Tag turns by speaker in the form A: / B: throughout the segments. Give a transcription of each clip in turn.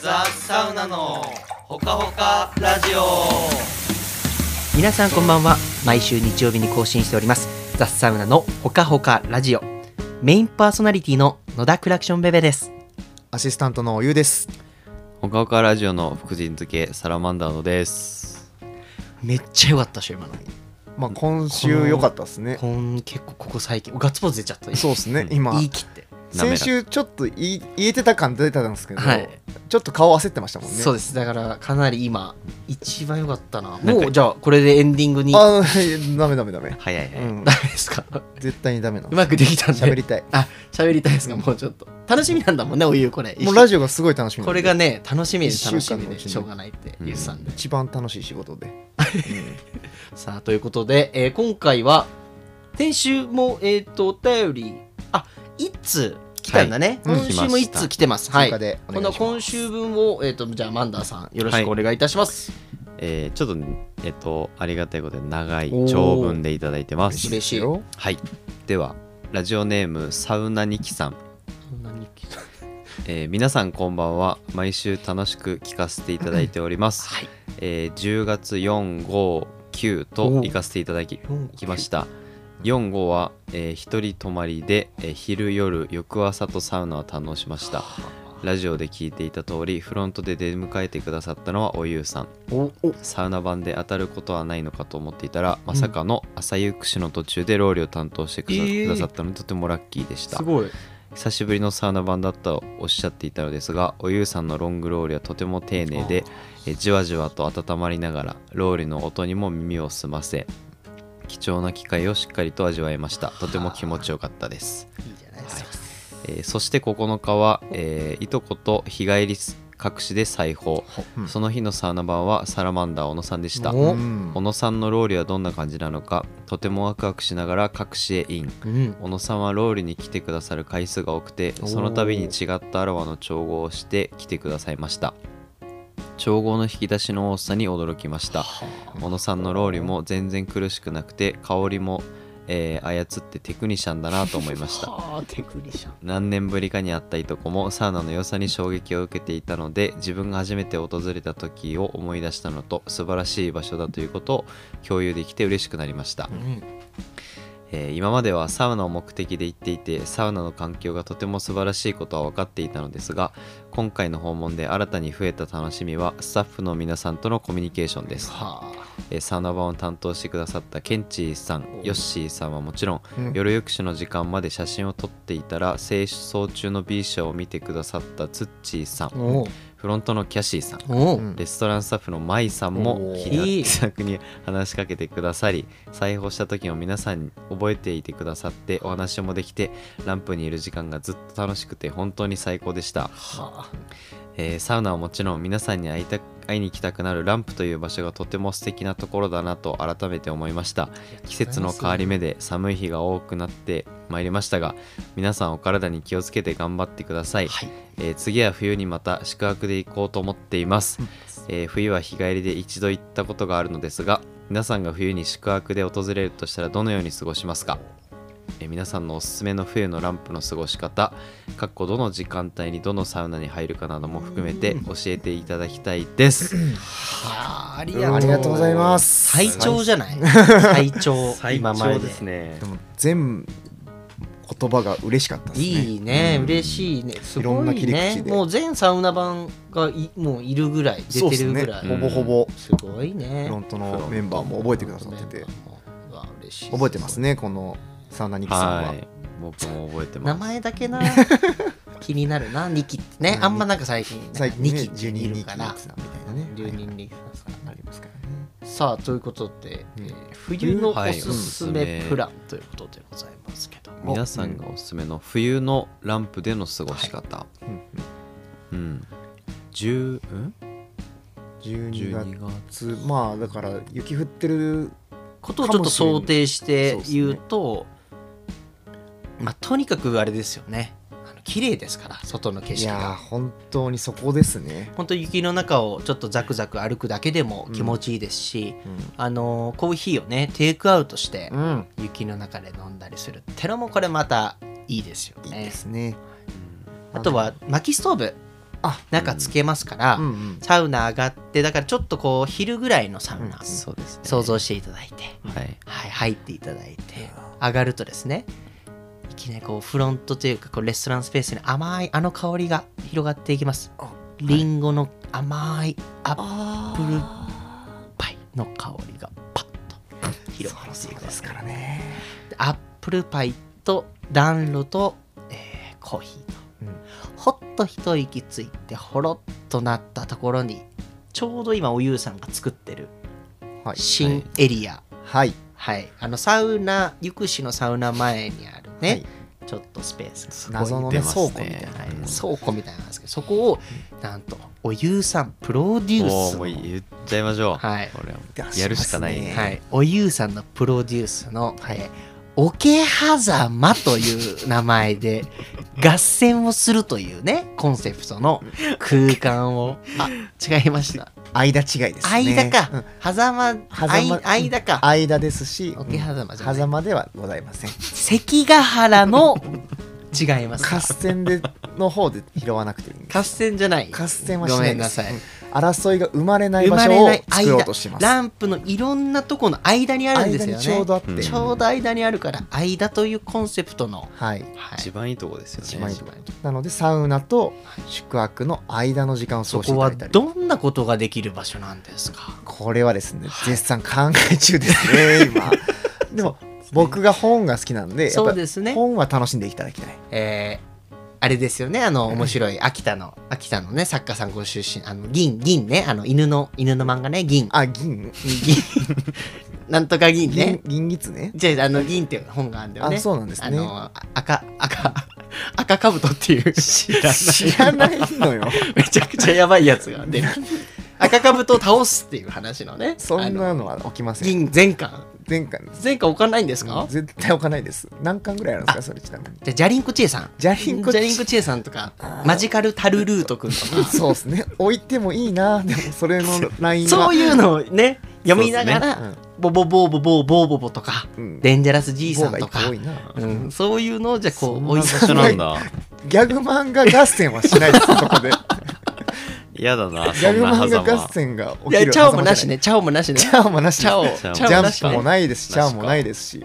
A: ザ・サウナのほかほかラジオ
B: 皆さんこんばんは毎週日曜日に更新しておりますザ・サウナのほかほかラジオメインパーソナリティの野田クラクションベベです
C: アシスタントのおゆうです。
D: ほかほかラジオの福神漬けサラマンダーノです。
B: めっちゃ良かったっしょ今の
C: まあ今週良かったですね。
B: こん結構ここ最近ガッツポーズ出ちゃった
C: そうですね。今
B: 言い切って
C: 先週ちょっと言い言えてた感出てたんですけど、
B: はい、
C: ちょっと顔焦ってましたもんね。
B: そうですだからかなり今一番良かった
D: か
B: なもうじゃあこれでエンディングに
C: あ ーダメダメダメ。
D: 早い早
C: う
D: い。
C: ん
B: ダ、メですか
C: 絶対にダメな
B: う
C: の。
B: まくできたんで
C: 喋りたい。
B: あ喋りたいですかもうちょっと楽しみなんだもんねお湯これ
C: もうラジオがすごい楽しみなんで
B: これがね楽しみで
C: 一週
B: 楽し
C: 間
B: み
C: のう
B: で
C: ちに
B: しょうがないって言ってたんで、
C: 一番楽しい仕事で。
B: さあということで、えー今回は先週もえっ、とお便りあ一通来たんだね、
C: はいうん
B: 今週も
D: 来ま
B: 一
D: した
B: 通来てますは
C: 追
B: い
C: 加でお
B: こ
C: 願いしま
B: の
C: す。
B: 今週分を、えー、とじゃあマンダーさんよろしくお願いいたします、
D: えーちょっとねえっとありがたいことで長い長文でいただいてます。
B: 嬉しい
C: よ
D: はい。ではラジオネームサウナニキさん。
B: そんなに来た
D: えー皆さんこんばんは。毎週楽しく聞かせていただいております。
B: はい
D: えー10月4、5、9と行かせていただききました4号は、えー一人泊まりで、えー昼夜翌朝とサウナを堪能しましたラジオで聞いていた通りフロントで出迎えてくださったのはおゆうさん
B: おお
D: サウナ版で当たることはないのかと思っていたらまさかの朝夕くしの途中でロウリュを担当してくだ,、
B: えー
D: くださったのでとてもラッキーでした
B: ごい
D: 久しぶりのサウナ版だったとおっしゃっていたのですがおゆうさんのロングロールはとても丁寧でえじわじわと温まりながらロールの音にも耳を澄ませ貴重な機会をしっかりと味わいましたとても気持ちよかったです、
B: いいじゃないですか、
D: えーそして9日は、えーいとこと日帰り隠しで裁縫
C: うん
D: その日のサウナ版はサラマンダー小野さんでした
B: お
C: うん
D: 小野さんのロールはどんな感じなのかとてもワクワクしながら隠しへイン
B: うん
D: 小野さんはロールに来てくださる回数が多くて
B: おー
D: その度に違ったアロマの調合をして来てくださいました調合の引き出しの多さに驚きました小野さんのロールも全然苦しくなくて香りも、えー操ってテクニシャンだなと思いました
B: はあテクニシャン
D: 何年ぶりかに会ったいとこもサウナの良さに衝撃を受けていたので自分が初めて訪れた時を思い出したのと素晴らしい場所だということを共有できて嬉しくなりましたえー今まではサウナを目的で行っていてサウナの環境がとても素晴らしいことは分かっていたのですが今回の訪問で新たに増えた楽しみはスタッフの皆さんとのコミュニケーションです、
B: はあ
D: えーサウナ版を担当してくださったケンチーさんヨッシーさんはもちろん、
C: うん
D: 夜翌種の時間まで写真を撮っていたら清掃中の B 社を見てくださったツッチーさん
B: お
D: フロントのキャシーさん
B: お、
C: うん
D: レストランスタッフのマイさんも
C: おー
D: 気ない
B: い
D: 気さくに話しかけてくださり裁縫した時も皆さんに覚えていてくださってお話もできてランプにいる時間がずっと楽しくて本当に最高でした、
B: はあ
D: えーサウナはもちろん皆さんに会いた会いに行きたくなるランプという場所がとても素敵なところだなと改めて思いました季節の変わり目で寒い日が多くなってまいりましたが皆さんお体に気をつけて頑張ってください、
B: はい
D: えー次は冬にまた宿泊で行こうと思っています、えー冬は日帰りで一度行ったことがあるのですが皆さんが冬に宿泊で訪れるとしたらどのように過ごしますか、えー皆さんのおすすめの冬のランプの過ごし方かっこどの時間帯にどのサウナに入るかなども含めて教えていただきたいです
B: はああり
C: ありがとうございます。
B: 最長じゃない最長今まで
D: ね
C: でも全言葉が嬉しかったですね。
B: いいね、嬉しいねすご
C: いろんない切り
B: ね
C: 口で
B: もう全サウナ版がいもういるぐらい出てるぐらい
C: そ
B: ん
C: ううっすね、
D: ん
C: ほぼほぼ
B: すごいね
C: フロントのメンバーも覚えてくださってて
B: うわ嬉しい
C: 覚えてますねこのサウナニキさんは
D: は。い僕も覚えてま
B: 名
D: す
B: 前だけ な気になるなニキってね
C: うん
B: あんまなんか最近
C: 最近ね
B: ニキ
C: 12
B: い
C: 人
B: る
C: ニキ
B: か
C: さん
B: ら
C: みたいなね。
B: 留
C: はい
B: 人力さん
C: ありますからね。
B: さあということで、えー冬
C: 冬
B: の
D: は
B: お
D: い
B: すす
D: おす
B: め
D: すめ
B: プランということでございますけども
D: 皆さんがおすすめの冬のランプでの過ごし方、
C: う
D: う
C: ん
D: ん10ん
C: 12
D: 12月
C: 月まあだから雪降ってる
B: ことをちょっと想定して
C: かもしれ
B: 言
C: ないう
B: とまあ、とにかくあれですよねあの綺麗ですから外の景
C: い
B: 色
C: やー
B: が
C: 本当にそこですね。
B: 本当雪の中をちょっとザクザク歩くだけでも気持ちいいですし、あのーコーヒーをねテイクアウトして
C: うん、うん、
B: 雪の中で飲んだりするってのもこれまたいいですよ
C: いい
B: ね
C: ですね。
B: あとは薪ストーブ
C: あ
B: 中つけますから、
C: うんうん
B: サウナ上がってだからちょっとこう昼ぐらいのサウナ、
C: うん
D: そうですね
B: 想像していただいて、
D: はい
B: はい、入っていただいて上がるとですねいきなりこうフロントというかこうレストランスペースに甘いあの香りが広がっていきます
C: あ
B: りんごの甘いアッ
C: あ
B: プルパイの香りがパッと広がっていきます
C: からね
B: アップルパイと暖炉と、えーコーヒーと、ほっと一息ついてほろっとなったところにちょうど今おゆうさんが作ってる
C: はい
B: 新エリア、
C: はい
B: はいあのサウナゆくしのサウナ前にあるね、
C: はい
B: ちょっとスペース
C: 謎のね
B: すごい出ますね倉庫みたいな、倉庫みたいなんですけどそこをなんとおゆうさんプロデュー
D: もう
B: スの
D: もう言っちゃいましょう
B: はい
D: これはもう
C: 出しますね
D: やるしかないね
B: はい、おゆうさんのプロデュースの「えー桶狭間」という名前 で合戦をするというねコンセプトの空間をあ違いました
C: 間違いですね
B: 間
C: う
B: か
C: ん
B: 狭間あい
C: 間
B: 間か
C: 間ですし
B: 桶狭間じゃない
C: 狭間ではございません
B: 関ヶ原の違いますか
C: 合戦での方で拾わなくていいんです
B: 合戦じゃない
C: 合戦はし
B: ご
C: な
B: め
C: い
B: ん
C: で
B: な
C: す
B: さい
C: うん争いが生まれない
B: 生
C: 場
B: ま
C: 所
B: れな
C: を
B: い
C: 作ろうとします
B: ランプのいろんなとこの間にあるんです
C: 間
B: よね
C: にちょうどあって、
D: うん
B: ちょうど間にあるから間というコンセプトの、
C: はい
B: はい
D: 一番いいとこですよね
C: 一番いいとこなのでサウナと宿泊の間の時間を過
B: そ
C: ごしてい
B: こ
C: た
B: は
C: だいたり
B: どんなことができる場所なんですか
C: これはですね絶賛考え中ですね 今でも僕が本が好きなんでやっ
B: そ
C: ぱ
B: うですね
C: 本は楽しんでいただきたい
B: えーあれですよねあの面白い秋田の秋田のね作家さんご出身あの銀銀ねあの犬の犬の漫画ね銀
C: あ銀
B: 銀なんとか 銀ね
C: 銀銀ギツね
B: じゃああの銀っていう本があるんだよね
C: あそうなんですね
B: あのあ赤赤赤兜っていう知ら
C: 知らないのよ
B: めちゃくちゃやばいやつが出る赤兜を倒すっていう話のね
C: そん
B: あ
C: な
B: の
C: のは起きません
B: 銀全巻
C: 前回です
B: 前巻置かないんですか、
C: 絶対置かないです何巻ぐらいあるんですかそれちなみに
B: じゃあジャリンコチエさん
C: ジャリンコ
B: ジャリンコチエさんとかマジカルタルルートくんとか
C: そうですね置いてもいいなでもそれのラインは
B: そう
C: う
B: いうのをね読みなが
C: そう
B: ら
C: ですね
B: ボボボボボボボボとか
C: うん
B: デンジャラス G さんとか
C: 多いな
B: うんそういうのをじゃあこ
C: そん
B: う
C: な
B: おい
D: 一緒
B: さん
D: なんだ
C: ギャグ漫画合戦はしないですそ こで
D: 嫌だ な
C: ギ
D: そ
C: ャ
D: ん
C: グ
D: な
C: 漫
D: 狭
C: 画
D: 間
C: 合戦が起
B: い
C: き
B: や
C: る
B: チャオもなしねチャオもなしね
C: チャオもなし
B: チャオ
D: チャオ
B: チ
C: ジ
B: ャオなし
C: ャンプも
B: ね
C: ないですし、チ
D: なしか
C: ャオもないですし、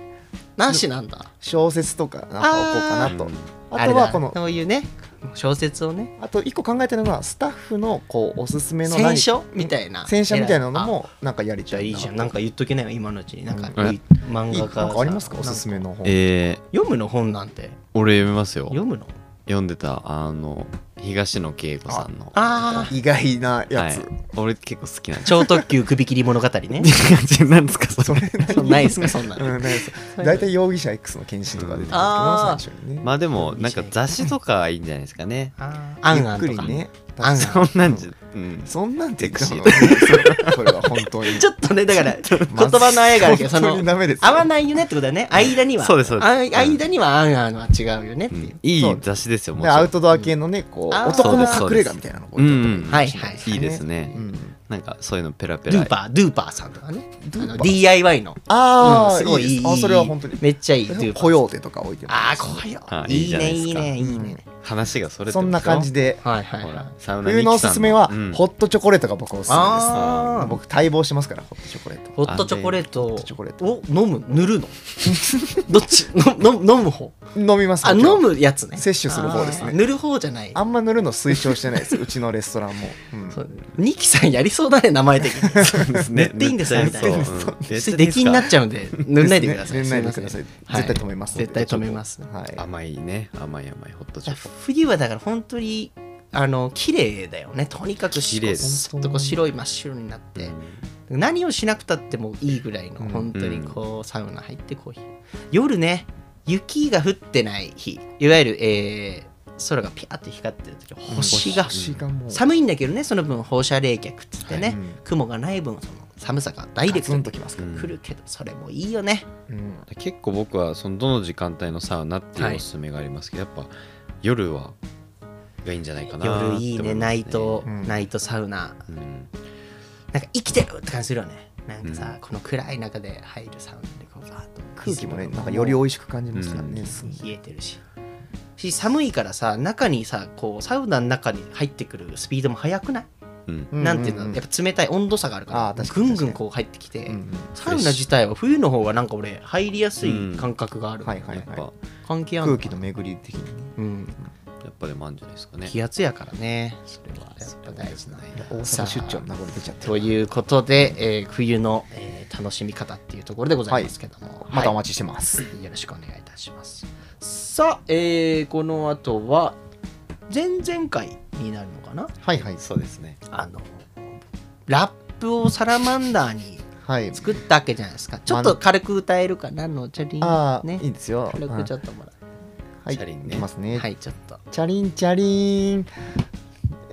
B: なしなんだ
C: 小説とかなんか置こうかな
D: う
C: と
D: ん。
C: あ
B: あれ
C: と
B: だ
C: はこの、
B: そういうね小説をね
C: あと一個考えてるのは、スタッフのこうおすすめの
B: 戦
C: 何
B: 書みたいな
C: 戦車みたいなの
B: あ
C: もなんかやり
B: じ
C: ち
B: ゃ
C: ゃ
B: あいいじゃんなんか言っとけないよ今のうちになんか
D: うん
B: いい漫
C: いい
B: 画
C: なん
B: 家
C: かありますかおすすめ
B: なんか
C: の本。
D: えー
B: 読むの本なんて
D: 俺読みますよ
B: 読むの
D: 読んでたあの東野圭吾さんの
B: ああ
C: 意外なや
D: は
C: つ
D: い。、俺結構好きなんです
B: 超特急首切り物語ね
D: 何ですかそれ
C: それ
B: そんなないですかそんな
C: うん、
B: の
C: なんか
B: それ
C: 大体容疑者 X の献身とか出てくるんですけど
B: あー
C: な、最初にね。
D: まあでもなんか雑誌とかいいんじゃないですかね
B: あーあんあん
C: ゆ
B: と
C: っく
B: か
C: りね。
B: あん
D: そんなんじゃ、うん、
C: そんなんて言って
D: セ
C: もそれは本当に。
B: ちょっとねだから言葉のあやがあるけどそ
C: 本当
B: の
C: にダメですよ
B: 合わないよねってことだね間には
D: そうですそうです
B: あ間にはあんあんは違うよねっ
D: う
B: ていうん
D: い
C: そ
D: いう雑誌ですよも
C: で
D: ちろ
C: ア
D: ん
C: ウトドア系のね、こう、
B: あー
C: 男の
D: そう
C: 隠
D: で
C: れ
D: す
C: 家みたいなのを
D: う
C: 置いてあったり
D: ん、
B: はいはい
D: いいですね、
C: うん
D: なんかそういうのペラペ
B: ドゥ
D: ラ
B: ーパードゥーパーさんとかね
C: ドゥーパー
B: あの DIY の
C: ああ、
B: うんすごいいい
C: ですあそれは本当に。
B: めっちゃいいドゥーパー
C: コヨーテとか置いて
B: ああ
C: ます。
B: 来いよ
D: あいい
B: い
D: じ
B: い
D: ゃな
B: ね
D: いです
B: いい
D: か
B: ねいいね
D: 話がそれてます
C: そ
D: よ
C: んな感じで、
B: はいはい
D: ほ
B: は
D: ら
B: い
D: サウナミキさん
C: 冬のおすすめは、
D: うん
C: ホットチョコレートが僕おすすめです。
B: あー
C: 僕、待望してますから、ホットチョコレート。
B: ホットチョコレート
C: トチョコレート
B: を飲む塗るのどっちのの飲む方
C: 飲みます
B: あ
C: 僕は
B: 飲むやつね
C: 摂取する方です
B: あー
C: ね。
B: 塗る方じゃない
C: あんま塗るの推奨してないです、うちのレストランも。うん
B: そうニキさんやりそうだね名前的に
D: ね
B: 塗っていいんですかみたいな
D: そううん
B: そして出禁になっちゃうんで塗んないでください
C: 塗んないでください
B: すません
C: 絶対止めます
B: は
C: んで
B: い絶対止めますね
C: はい。
D: 甘いね甘い甘いホットチョコ
B: 冬はだから本当にあの綺麗だよねとにかく
D: 綺麗です
B: すっとこう白い真っ白になって
D: うん
B: 何をしなくたってもいいぐらいの、
C: うん
B: 本当にこうサウナ入ってコーヒー夜ね雪が降ってない日いわゆる、えー空がピャーって光ってる時星が、
C: 星がもう、
B: 寒いんだけどねその分放射冷却っつってね、
C: はいうん
B: 雲がない分その寒さがダイレ
C: ガ
B: ク
C: ツ
B: ト
C: ン
B: に
C: ときますから。
B: 来るけどそれもいいよね
C: うん
D: 結構僕はそのどの時間帯のサウナっていうおすすめがありますけど、やっぱ夜はがいいんじゃないかなって思
B: 夜いいね
D: ます
B: ナイト、
C: うん
B: ナイトサウナ
D: うん
B: なんか生きてるって感じするよねなんかさ、
D: うん
B: この暗い中で入るサウナでこうバーッと
C: 空気もね、なんかより美味しく感じますから
D: う
C: ね。
D: ん
C: す
B: 冷えてるしし寒いからさ中にさこうサウナの中に入ってくるスピードも速くない、
D: うん
C: うん
B: なんていうのやっぱ冷たい温度差があるから
C: あー確か
B: ぐ
C: に
B: んぐんこう入ってきて、
C: うん
B: サウナ自体は冬の方がなんか俺入りやすい感覚がある、
C: はいはい
D: やっぱ
C: は
B: 関係
C: い
B: ある
C: 空気の巡り的にね
B: うん、
D: やっぱでもあるんじゃないですかね
B: 気圧やからね
D: それは
B: やっぱ大事な
C: 大
B: さあ
C: 阪出張の名残出ちゃって
B: ということで、えー冬の、えー楽しみ方っていうところでございますけども、
C: また
B: は
C: お
B: い
C: 待ちしてます
B: よろしくお願いいたします。さあ、えーこの後は、前々回になるのかな
C: はいはい
D: そうですね
B: あの、ラップをサラマンダーに
C: はい
B: 作ったわけじゃないですか。ちょっと軽く歌えるかなの、チャリ
C: あ
B: ン。
C: あ
B: ね
C: いい。ですよ
B: 軽
C: う
B: く
C: ん
B: ちょっともら
C: はい
D: チャリンね
C: いきます
B: う。
C: ね
B: はい、ちょっと。
C: チャリンチャリン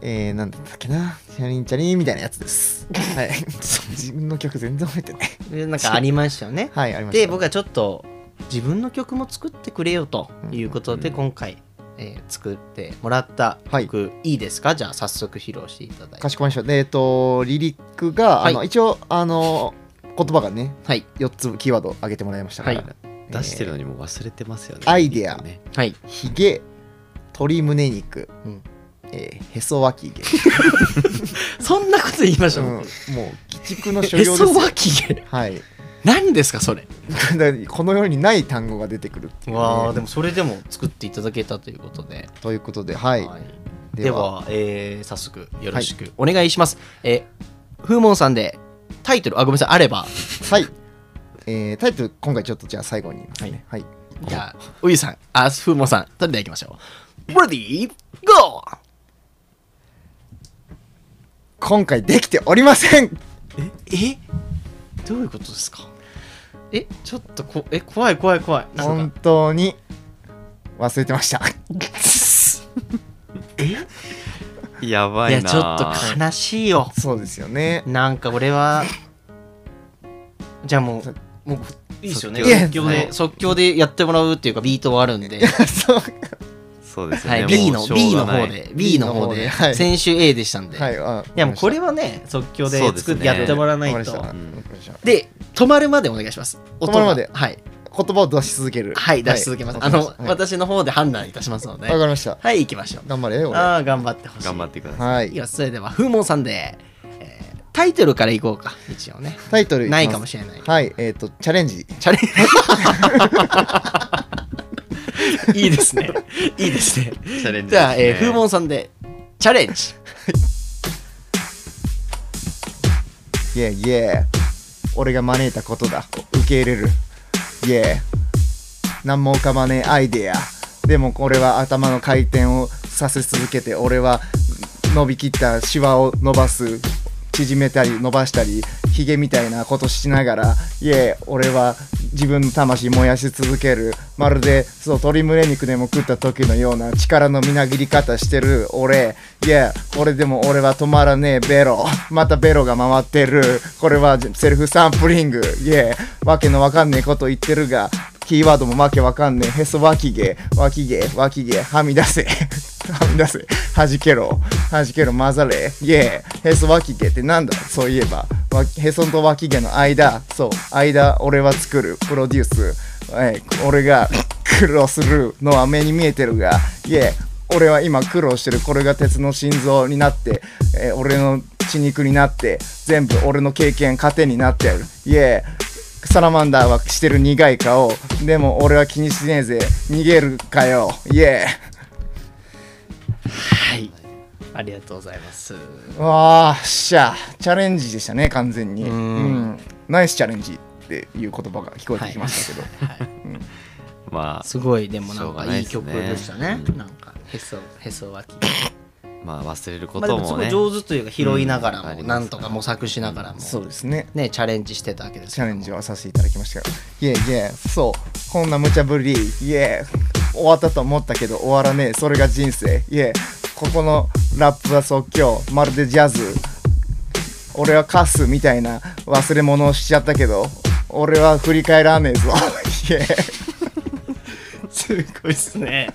C: えー、なんだったっけなチャリンチャリンみたいなやつ です。はい。自分の曲全然覚えてない。
B: でなんかありましたよね。
C: はい、ありました。
B: で、僕はちょっと、自分の曲も作ってくれよということで、
D: うん
B: 今回、えー作ってもらった曲、い、いですかじゃあ、早速披露していただいて
C: か。しこまりました。で、えっと、リリックが、あ
B: は
C: の一応、あの、言葉がね、
B: はい、
C: 4つキーワード上げてもらいましたから、
B: はい
D: 出してるのにも忘れてますよね
C: アイデア
D: ね
B: はい。
C: ひげ、鶏胸肉、
B: うん
C: えーへそ脇 毛、
B: そんなこと言いまし
C: う
B: たも
C: ん
B: ん
C: もう、鬼 畜の所
B: へ
C: 要です
B: そ
C: よ。
B: 脇毛
C: はい。
B: 何ですかそれ
C: だからこの世にない単語が出てくるっていうね、
B: わあでもそれでも作っていただけたということで、
C: ということで、はい。
B: はいで
C: では、
B: はえー早速よろしくお願いします、えー、風門さんでタイトルあごめんなさいあれば
C: はい。えータイトル、今回ちょっとじゃあ最後に言いますね。はい。
B: じゃあうゆさんあ風門さんそれではいきましょう Ready Go!
C: 今回できておりません
B: えどういうことですかえちょっとこえ怖い怖い怖いなん
C: 本
B: か
C: 当に忘れてました。
D: やば
B: い
D: いな
B: や
D: い
B: ちょっと悲しいよ
C: そうですよね。
B: なんか俺はじゃあもうもういいですよね
D: 即
B: 即興
C: 興
D: は
B: で
D: い
B: 即興でやってもらうっていうかビートはあるんで、
C: そう
D: そうですよ
B: は
D: ね、も
B: い、
D: う
B: B の
D: しょうが
B: B の
D: な
B: 方
D: い
B: で B の方
C: で
B: で
C: はい
B: 先週 A でしたんで、、
C: はいい。あ
B: やもうこれ
C: わか
B: はね即興で
D: そうです
B: 作って
D: ね
B: やってもらわな
C: りま
B: い
C: した
B: と
C: わかりました
B: で止まるまでお願いします音が
C: 止まるまで
B: はい、
C: 言葉を出し続ける。
B: はい、出し続けます、
C: わか
B: あ
C: り
B: の、
C: したはいわ
B: 私の方で判断いたしますので
C: かりました。
B: はい行きましょう
C: 頑張れよ。俺
B: ああ頑張ってほしい
D: 頑張ってください
C: はいい。
B: やそれでは風門さんで、えータイトルからいこうか一応ね
C: タイトル
B: ないかも
C: し
B: しれない
C: はい。えっと、チャレンジ。
B: チャレンジ。 いいですね。いいですね。
D: チャレンジ
B: じゃあ、えー、
D: ですね
B: 風門さんでチャレンジ。
C: イェイイェイ。俺が招いたことだ。受け入れる。イェイ。何も浮かばねえアイデア。でもこれは頭の回転をさせ続けて、俺は伸びきったシワを伸ばす。縮めたり伸ばしたり、ヒゲみたいなことしながら、イェイ、俺は自分の魂燃やし続ける。まるで、そう、鶏胸肉でも食った時のような力のみなぎり方してる俺。イェイ、俺でも俺は止まらねえベロ。またベロが回ってる。これはセルフサンプリング。イェイ、わけのわかんねえこと言ってるが、キーワードもわけわかんねえ。へそ脇毛、脇毛、脇毛、はみ出せ。はみ出せ。 はじけろ。はじけろ、混ざれ。イェー。へそ脇毛ってなんだそういえば。わへそと脇毛の間。そう。間、俺は作る。プロデュース。えー俺が 苦労するのは目に見えてるが。イェー。俺は今苦労してるこれが鉄の心臓になって、えー俺の血肉になって全部俺の経験糧になってるイエーサラマンダーはしてる苦い顔でも俺は気にしねえぜ逃げるかよイエ
B: はい。ありがとうございます。
C: ーわーっしゃチャレンジでしたね完全に
B: う
C: うんん、ナイスチャレンジっていう言葉が聞こえてきましたけど、
B: はい、
D: まあ
B: すごいでも
D: し
B: な
D: ょ
B: ん
D: うが
B: か
D: ない
B: いい
D: ですね
B: 曲でしたね。
D: うん
B: なんかへそへそ脇。
D: まあ忘れるこ
B: まあで
D: と
B: もす
D: も
B: ごい
D: ね、
B: 上手というか拾いながら
D: うんあ
B: も、
D: りますね
B: なんとか模索しながらも、
C: そうですね
B: ねチャレンジしてたわけです
C: チ
B: け
C: ャ
B: ど
C: レ
B: も
C: ンジはさせていただきましたいえいえそうこんな無茶ぶりいえ終わったと思ったけど終わらねえそれが人生いえここのラップは即興まるでジャズ俺はカスみたいな忘れ物をしちゃったけど俺は振り返らねえぞいえ
B: すごいですね。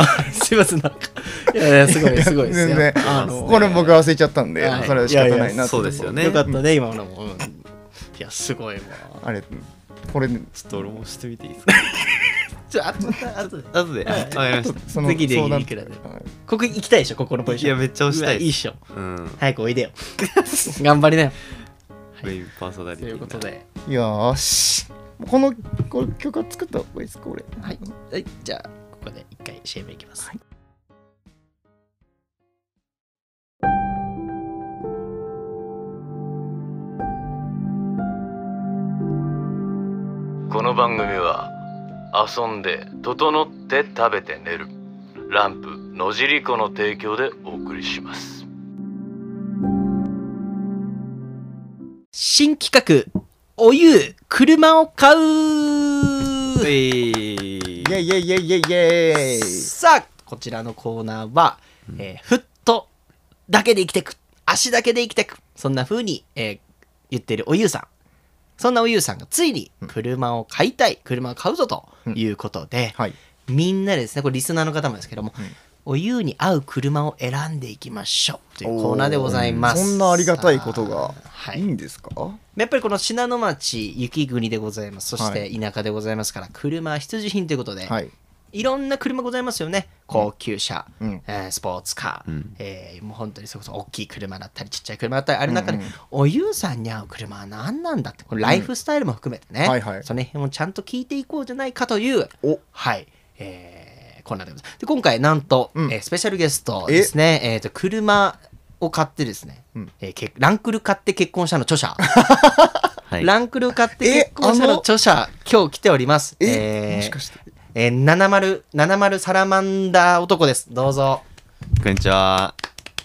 B: あすいませんなんかいやいやすごいすごいです
C: 全
B: ね
C: 然。
B: あの
C: これ僕忘れちゃったんで、
B: はい
C: それは仕方ない
B: い
C: なと
D: そうですよね
B: よかったね今のも。うんいやすごいわ。
C: あれこ れ
D: ちょっと俺もしてみていいですか
B: ちょあとあ とで
D: あとで、 わかりまし
C: その
B: 次でいい
C: 相談
B: いくらで
C: はい
B: ここ行きたいでしょここのポ
D: た。
B: ジ
D: い
B: ショ
D: や、
B: ン
D: めっちゃ押した
B: うわ
D: い
B: い
D: で
B: っ
D: す。
B: しょ
D: うん。
B: 早くおいでよ 頑張りなよ
D: メインパーソナリティ
B: とい
D: な
B: うこと。で
C: よーしこのこの曲は作った方がいいですか俺
B: はい、はい、じゃあここで一回 CM いきます、
E: この番組は遊んで整って食べて寝るランプ野尻湖の提供でお送りします
B: 新企画お湯車を買う
D: えい
C: イェイイェイイェイイェイイェイ
B: さあこちらのコーナーは、えーフットだけで生きてく足だけで生きてくそんな風に、えー言ってるおゆうさんそんなおゆうさんがついに車を買いたい、車を買うぞということで、
C: はい
B: みんなでですねこれリスナーの方もですけども、
C: うん
B: おゆうに合う車を選んでいきましょうというコーナーでございます
C: そんなありがたいこと
B: さ
C: が
B: あはい
C: い
B: い
C: いんですか
B: やっぱりこの信濃町雪国でございますそして田舎でございますから、車は必需品ということで、
C: はい
B: いろんな車ございますよね。高級車、
C: うん
B: えースポーツカー、
D: うん
B: えーもう本当にそれこそ大きい車だったり、ちっちゃい車だったり、ある中で、
C: うんうん
B: おゆうさんに合う車は何なんだって、これライフスタイルも含めてね、
C: うんはいはい
B: その辺をちゃんと聞いていこうじゃないかという、
C: お
B: はい、えー、コーナーでございます。で、今回、なんと、
C: うん
B: えースペシャルゲストですね、えっ、と、車を買ってですね、
C: うん
B: えーけランクル買って結婚したの著者、
D: はい。
B: ランクル買って結婚した
C: えあ
B: の
C: の
B: 著者、今日来ております。
C: え
B: ー
C: もしかして
B: えー、70、70サラマンダー男です。どうぞ。
D: こんにちは。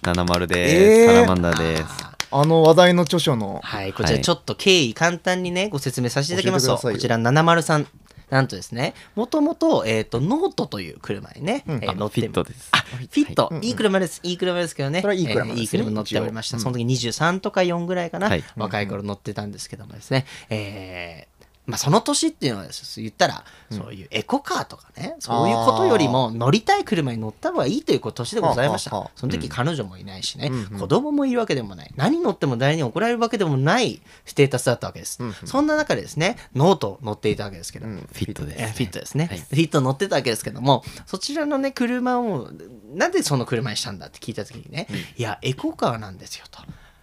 D: 70
C: え
D: で
C: ー
D: す。サラマンダーです。
B: あー
C: あの話題の著書の
B: はい、こちら
D: はい
B: ちょっと経緯簡単にね、ご説明させていただきますと、
C: 教え
B: こ
C: てく
B: ち
C: ださ
B: ら70さん、なんとですね、もともと、えっ、と、ノートという車にね、
C: うん
B: えー
D: あ
B: 乗っ
D: フィ
B: て
D: ットです。
B: あフィット、
C: はい
B: いい車です、いい車ですけどね、
C: それはいい車ですね
B: えーいい車乗っておりました、
C: 一応
B: その時23とか4ぐらいかな、
D: はい
B: 若い頃乗ってたんですけどもですね、えーまあ、その年っていうのはです言ったら、そういうエコカーとかね、そういうことよりも乗りたい車に乗った方がいいという年でございました。
C: はあはあはあ
B: その時彼女もいないしね、
C: うんうん
B: 子供もいるわけでもない、何乗っても誰に怒られるわけでもないステータスだったわけです。
C: うんうん
B: そんな中でですね、ノートを乗っていたわけですけど、
C: うん
D: フィットです
B: えー。フィットですね、
D: はい
B: フィット乗ってたわけですけどもそちらのね車をなんでその車にしたんだって聞いた時にね、いやエコカーなんですよと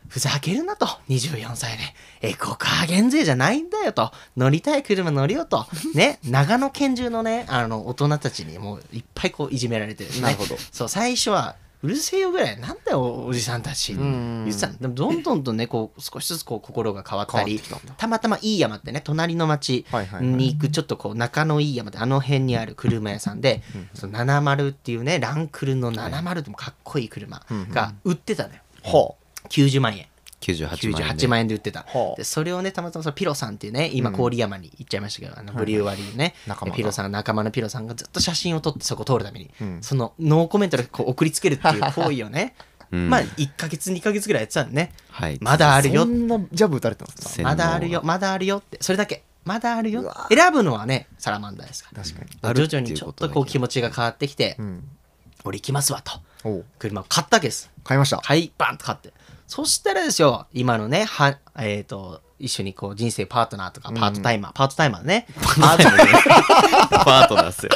B: ふざけるなと24歳でエコカー減税じゃないんだよと乗りたい車乗りよとね長野県中のねあの大人たちにもういっぱいこういじめられてですね
C: なるほど
B: そう最初はうるせえよぐらいなんだよおじさんたち
C: ん
B: 言ってたのでもどんどんとねこう少しずつこう心が変わったり
C: 変わってきたんだ
B: たまたまいい山ってね隣の町
C: はいはいはい
B: に行くちょっとこう仲のいい山であの辺にある車屋さんで、その70っていうねランクルの70でもかっこいい車が売ってたのよ、
C: は
B: 90万円
D: 98万円で。
B: 98万円で売ってた、
C: はあ
B: でそれをねたまたまそのピロさんっていうね今郡山に行っちゃいましたけど、あのブリュワリーのね、
C: 仲間が
B: ピロさん仲間のピロさんがずっと写真を撮ってそこ通るために、
C: ん
B: そのノーコメントでこう送りつけるっていう行為をね、
D: うん
B: まあ1か月2か月ぐらいやってたんでね
D: はい。
B: まだあ
C: あ
B: る
C: そ
B: よ
C: んなジャブ打たれたんですか
D: 洗脳
B: まだあるよまだあるよってそれだけまだあるよ選ぶのはねサラマンダーですから
C: 確かに
D: ある
B: 徐
D: っていう
B: 々にちょっとこう気持ちが変わってきて、
C: うん
B: 俺行きますわと
C: おう
B: 車を買ったわけです
C: 買いました
B: はいバンと買ってそしたらですよ今のねはえっ、と一緒にこう人生パートナーとかパートタイマー、パートタイマーねパート
D: パートナーっすよ。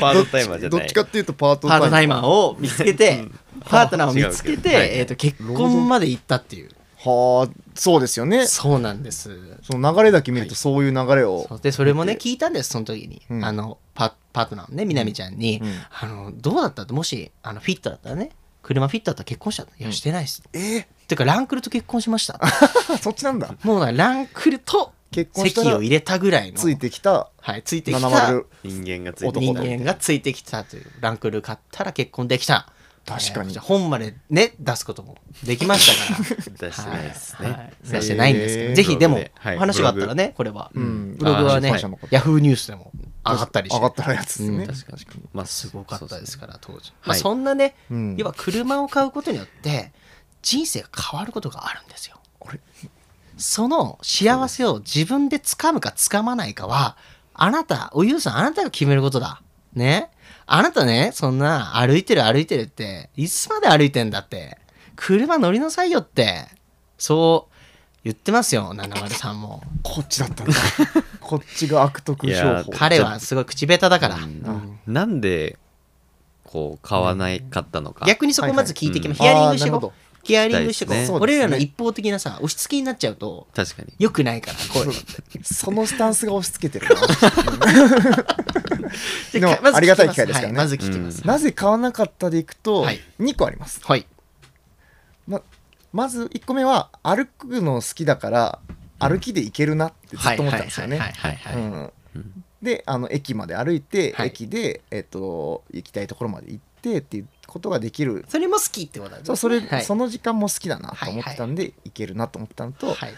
D: パートタイマーじゃ
C: ど
D: な
C: っ
D: い
C: ち。かっていうとパー ト
B: パートタ
C: タ
B: イ
C: イ
B: マー
C: マ
B: を見つけてパートナーを見つけ
D: 違うけどはい
B: て、えー、と結婚まで行ったっていう
C: ーはあそうですよね
B: そうなんです
C: その流れだけ見るとそういう流れを
B: そうでそれもね聞いたんですその時に、
C: うん
B: あのパパートナーのねみなみちゃんに、
C: うん
B: あのどうだったってもしあのフィットだったらね車フィットだったら結婚したのいやしてないです、
C: え
B: てかランクルと結婚しました
C: ーそっちなんだ
B: もうなランクルと
C: 結婚した
B: 席を
C: ら
B: 入れたぐらいの
C: ついてきた
B: はい、ついてきた
C: 70
D: 人間がついてき
B: 人
D: た。
B: 間がついてきたというランクル買ったら結婚できた
C: 確かに
B: えー本までね出すこともできました か
D: 出
B: ら
D: してないですね。
B: はい出してないんですけど、ぜひでも、お話があったらね、これは、
C: ん
B: ブログはね
C: あー出版社の方、
B: ヤフーニュースでも上がったりして、
C: 上がったらやつですね
B: うん
C: 確かに
D: まあ、
B: すごかったですから、当時。ま
D: は
B: あ、
D: い
B: そんなね、
C: うん
B: 要は車を買うことによって、人生が変わることがあるんですよ。その幸せを自分で掴むか掴まないかは、あなた、おゆうさん、あなたが決めることだ。ね。あなたね、そんな歩いてる歩いてるって、いつまで歩いてんだって。車乗りなさいよって。そう、言ってますよ703も
C: こっちだ ったんだこっちが悪徳
D: いや
C: 商
D: ー
C: 法
B: 彼はすごい口下手だから、
D: うん
B: うん
D: なんでこう買わないかったのか、
B: 逆にそこまず聞いていきましょう、
C: はいはい
B: ヒアリングしていこ
C: あ
D: そう
B: うヒアリングしていこう、
C: ーなるほど
D: です
C: ね
B: 俺らの一方的なさ押し付けになっちゃうと
D: 確かに
B: よくないからこういうのって
C: そのスタンスが押し付け てるな
B: で
C: でも
B: かまず聞
C: ありがたい機会ですからね
B: はいまず聞きます、
C: なぜ買わなかったでいくと
B: はい
C: 2個あります
B: はい
C: まず1個目は歩くの好きだから歩きで行けるなってずっと思ったんですよね
B: はいはいはいはいはい
C: うん
D: うん
C: であの駅まで歩いて、
B: はい
C: 駅で、えっと行きたいところまで行ってっていうことができる
B: それも好きってことだね
C: そうそれ、
B: はい、
C: その時間も好きだなと思ってたんで、行けるなと思ったのと、
B: はい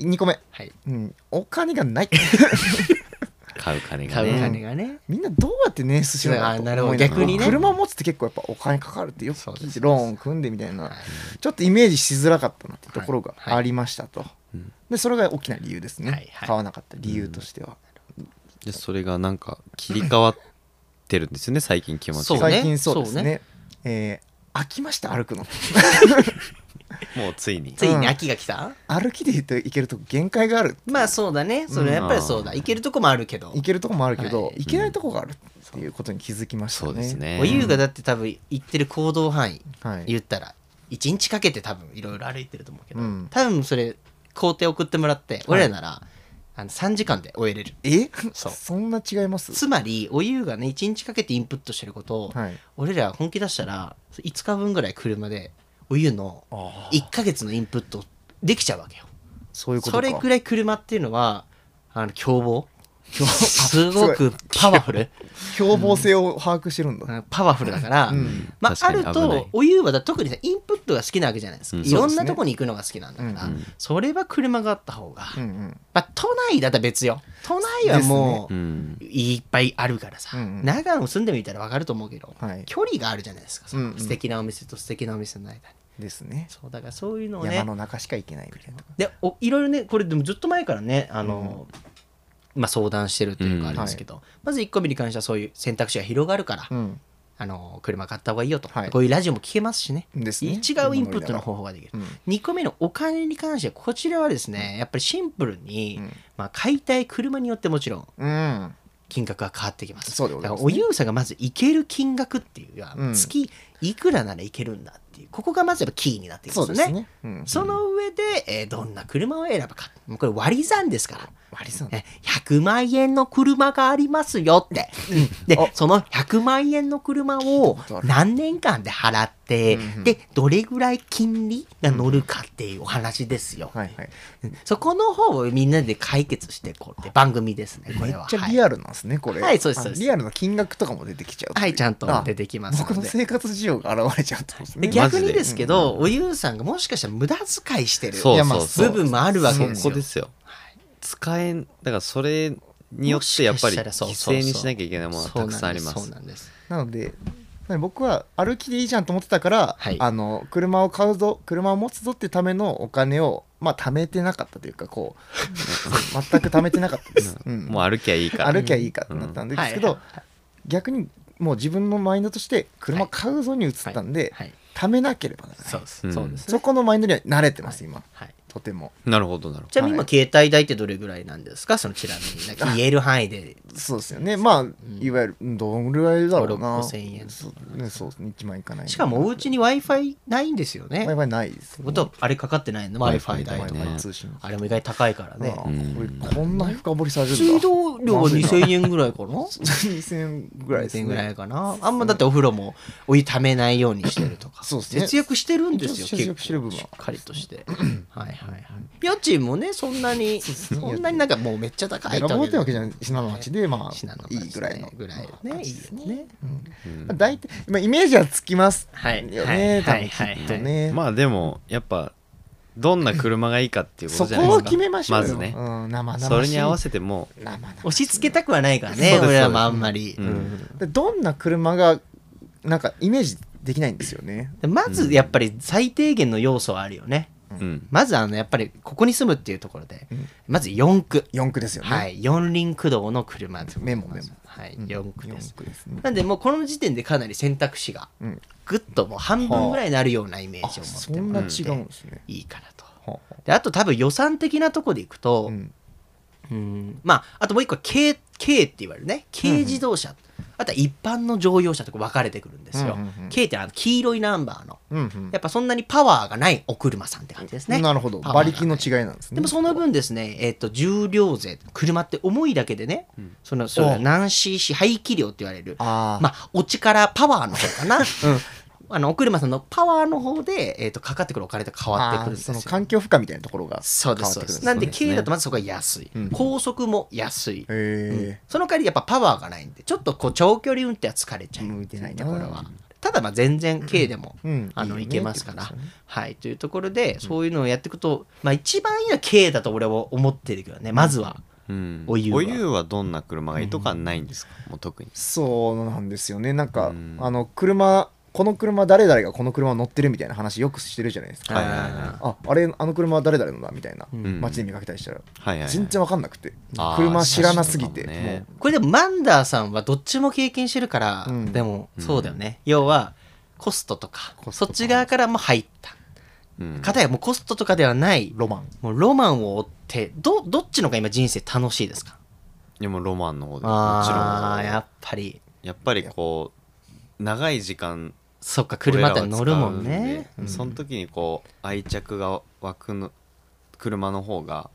C: 2個目、
B: はい
C: うん、お金がない
D: 買う金が
B: 買う金
D: ね
B: がね
C: みんなどうやって捻出しろう
B: あ
C: かと思い
B: な
C: な
B: るほ
C: が
B: ど
C: ら
B: 逆にね
C: 車持つって結構やっぱお金かかるってよく
B: そう
C: 聞
B: で
C: い
B: す
C: てローン組んでみたいな、
B: はい
C: ちょっとイメージしづらかったなってところが
B: はい
C: ありましたと、
D: うん
C: でそれが大きな理由ですね、
B: はいはい
C: 買わなかった理由としては、
D: でそれがなんか切り替わってるんですよね最近気持ち
B: そうね
D: が
C: 最近そうですね
B: そう
C: えー飽きました歩くの
D: もうついに
B: ついに秋が来た、
C: 歩きで行って行けるとこ限界がある
B: まあそうだねそれはやっぱりそうだ、行けるとこもあるけど
C: 行けるとこもあるけど、
B: はい
C: 行けないとこがあるっていうことに気づきました
D: そ
C: ね
D: うですね
B: おゆうがだって多分行ってる行動範囲
C: はい
B: 言ったら1日かけて多分いろいろ歩いてると思うけど、
C: うん
B: 多分それ工程送ってもらって俺らなら、あの3時間で終えれる
C: え
B: そう
C: そんな違います
B: つまりおゆうがね1日かけてインプットしてることを、
C: はい
B: 俺ら本気出したら5日分ぐらい車でおゆうの1ヶ月のインプットできちゃうわけよ
C: そういうこと
B: そ
C: か
B: れぐらい車っていうのはあの凶暴すごくパワフル
C: 凶暴性を把握してるんだ、
B: うんパワフルだから、
C: うん
B: まあ、あ
D: 確かに
B: る
D: 危ない
B: とお湯はだ特にさインプットが好きなわけじゃないですか、
D: うん
B: いろん
C: そうです
B: な
C: ね
B: とこに行くのが好きなんだからそ,、
C: うん
D: うん
B: れは車があった方が、
C: うんうん
B: まあ、都内だったら別よ都内はもう、
D: うん
B: いっぱいあるからさ、
C: うんうん
B: 長野住んでみたら分かると思うけど、
C: はい
B: 距離があるじゃないですかその
C: うんうん
B: 素敵なお店と素敵なお店の間に
C: ですね
B: そうだからそういうのをね
C: 山の中しか行けないみたいなとこ
B: でおいろいろねこれでもずっと前からねあの、まあ、相談してるというかあれですけど、まず1個目に関してはそういう選択肢が広がるから、
C: うん
B: あの車買った方がいいよと、
C: はい
B: こういうラジオも聞けますしね
C: ですね
B: 違うインプットの方法ができる
C: うん
B: 2個目のお金に関してはこちらはですねやっぱりシンプルに、
C: うん
B: まあ、買いたい車によってもちろん
C: うん
B: 金額が変わってきます
C: そうでございます
B: だからおゆうさんがまず行ける金額っていうのは、
C: うん
B: 月いくらならいけるんだっていうここがまずやっぱキーになってきま
C: そ
B: す
C: うで
B: よ
C: す
B: ね
C: ね、うん、
B: その上で、えーどんな車を選ぶかもうこれ割り算ですから
C: 割り算
B: え100万円の車がありますよって。で
C: あ、
B: その100万円の車を
C: ことある
B: 何年間で払って
C: うんう、ん
B: で、どれぐらい金利が乗るかっていうお話ですよ。
C: はいはい
B: そこの方をみんなで解決していこうって番組ですね、こ
C: め
B: れ
C: っ
B: は。
C: ちゃ
B: はい
C: リアルなんですねこれ
B: はいそうです
C: あ
B: そうです
C: リアルな金額とかも出てきちゃう
B: はい、ちゃんと出
C: き
B: てきます
C: 僕
B: の
C: の
B: で。
C: 生活事情が現れちゃうってことです
B: で
C: ね
B: 逆
D: マ
B: に
D: ジで
B: ですけど、おゆうさんがもしかしたら無駄遣いしてる
D: そうそうそう
B: 部分もあるわけです
D: そ
B: よ。
D: こですよ
B: はい
D: 使えんだからそれによってやっぱり犠
B: もしかしたらそうそう
D: 牲
B: そう
D: にしなきゃいけないものがたくさんありま
B: そう
D: す
B: なんです。
C: なのでなので僕は歩きでいいじゃんと思ってたから、
B: はい
C: あの車を買うぞ車を持つぞってためのお金をまあ貯めてなかったというかこ う全く貯めてなかったです、うん
D: もう歩きゃいいから
C: 歩きゃいいかってなったんですけど、
B: はいはい
C: 逆にもう自分のマインドとして車買うぞに移ったんで、
B: はい、
C: 貯めなければならない
B: そうです、そうですね
C: そこのマインドには慣れてます、今
B: はい、
C: とても
D: なるほどなるほ
B: ちなみに今
C: は
B: 携帯代ってどれぐらいなんですかそのちなみになんか言える範囲で
C: そうですよねまあいわゆるうんどんぐらいだろうな
B: 5 6000円
C: そう,、ね、そう1万いかない
B: しかもお家に w i f i ないんですよね
C: w i f i ないです、
B: ほとんどあれかかってないの w i f i 代
D: Wi-Fi
B: と
D: 代
B: か、
D: ね
C: 通信
B: あれも意外と高いからね
C: あ
D: うん
C: これこんな深掘りされるんだ
B: 水道料が
C: マジだ
B: 2000円ぐらいかな
C: 2000円ぐらいです
B: 2000ぐらい
C: ね
B: かなあんまだってお風呂もお湯ためないようにしてるとか
C: そうですね
B: 節約してるんですよ
C: 一応節約してる部分
B: し
C: は
B: っかりとして はいはいはい家賃もねそんなに
C: すね
B: そんなになんかもうめっちゃ高い
C: 選
B: って
C: ばれてるわけじゃ
B: ない
C: ない信濃町でま
B: 信濃
C: あ
B: 町
C: い
B: ね
C: いぐらいの
B: ぐらい
C: ま
B: の
C: あ
B: ねいいよね
D: ど
C: まあ大体まあイメージはつきます
B: はい
C: よ
B: はい
C: ね多
B: はい
C: 分き
B: はい
C: っとね
D: まあでもやっぱどんな車がいいかっていうこ
C: そ
D: とじゃないで
C: こ
D: す
C: を
D: か
C: 決めましょうよ
D: まずね
C: うん生々しい
D: それに合わせてもう
C: 生々しい
B: 押し付けたくはないからね
D: そうです
B: 俺らもあんまり、
D: うん
C: でどんな車がなんかイメージできないんですよね
B: でまずやっぱり最低限の要素はあるよね、
D: うん
B: まずあのやっぱりここに住むっていうところで、
C: うん
B: まず四駆、
C: 四駆ですよね
B: はい四輪駆動の車です
C: メモメモ
B: はい
C: うん
B: 四駆です
C: 四、駆ですね
B: なんでもうこの時点でかなり選択肢が
C: うん
B: ぐっともう半分ぐらいになるようなイメー
C: あ
B: ジを持っ
C: そ
B: て
C: ん
B: も
C: な
B: ら
C: 違
B: って
C: うんですね
B: いいかなと
C: ほう
B: であと多分予算的なとこでいくと、
C: うん
B: うんまああともう一個は軽軽って言われるね軽自動車、あとは一般の乗用車とか分かれてくるんですよ、
C: うんうんうん
B: 軽ってあの黄色いナンバーの
C: うんうん
B: やっぱそんなにパワーがないお車さんって感じですね
C: なるほど
B: パワー
C: 馬
B: が
C: 力の違いなんですね
B: でもその分ですね、えっと重量税車って重いだけでね、
D: ん
B: そのその何 cc 排気量って言われる
C: あ
B: まあお力パワーの方か な、あのお車さんのパワーの方で、えっとかかってくるお金と変わってくるんです
C: そ
B: よ
C: の環境負荷みたいなところが
B: そうです
C: 変
B: そ
C: わ
B: うで
C: ってくるんですすね
B: なんで軽だとまずそこが安い、
C: うん
B: 高速も安い、うん
C: へ
B: その代わりやっぱパワーがないんでちょっとこう長距離運転は疲れちゃう
C: 向いてないな
B: ところはただまあ全然軽でも、
C: えうん
B: あの
C: よ
B: い
C: ね
B: けますから
C: ってことですよね
B: はいというところでそういうのをやっていくと、まあ一番いいのは軽だと俺は思ってるけどねまずは、
D: うん
B: お湯は
D: お湯はどんな車がいいとかないんですか、もう特に
C: そうなんですよねなんか
D: うん
C: あの車この車誰々がこの車乗ってるみたいな話よくしてるじゃないですか
D: はいはいは
C: ああれあの車は誰々のだみたいな
D: うん
C: 街で見かけたりしたら
D: はいはい
C: 全然わかんなくて
D: あー
C: 車知らなすぎて
D: 確かにね
C: も
B: これでもマンダーさんはどっちも経験してるから、
C: うん
B: でもそうだよね、要はコストとか
C: コス
B: そ
C: ト
B: っ
C: とか
B: ち側からも入った
D: うん
B: 方やもうコストとかではないう
C: ロマン
B: もうロマンを追ってどどっちの方が今人生楽しいですか
D: でもロマンの方でもちろん
B: ああーやっぱり
D: やっぱりこう長い時間
B: そっか車って乗るもんね
D: 俺らは使うんでその時にこう愛着が湧くの車の方が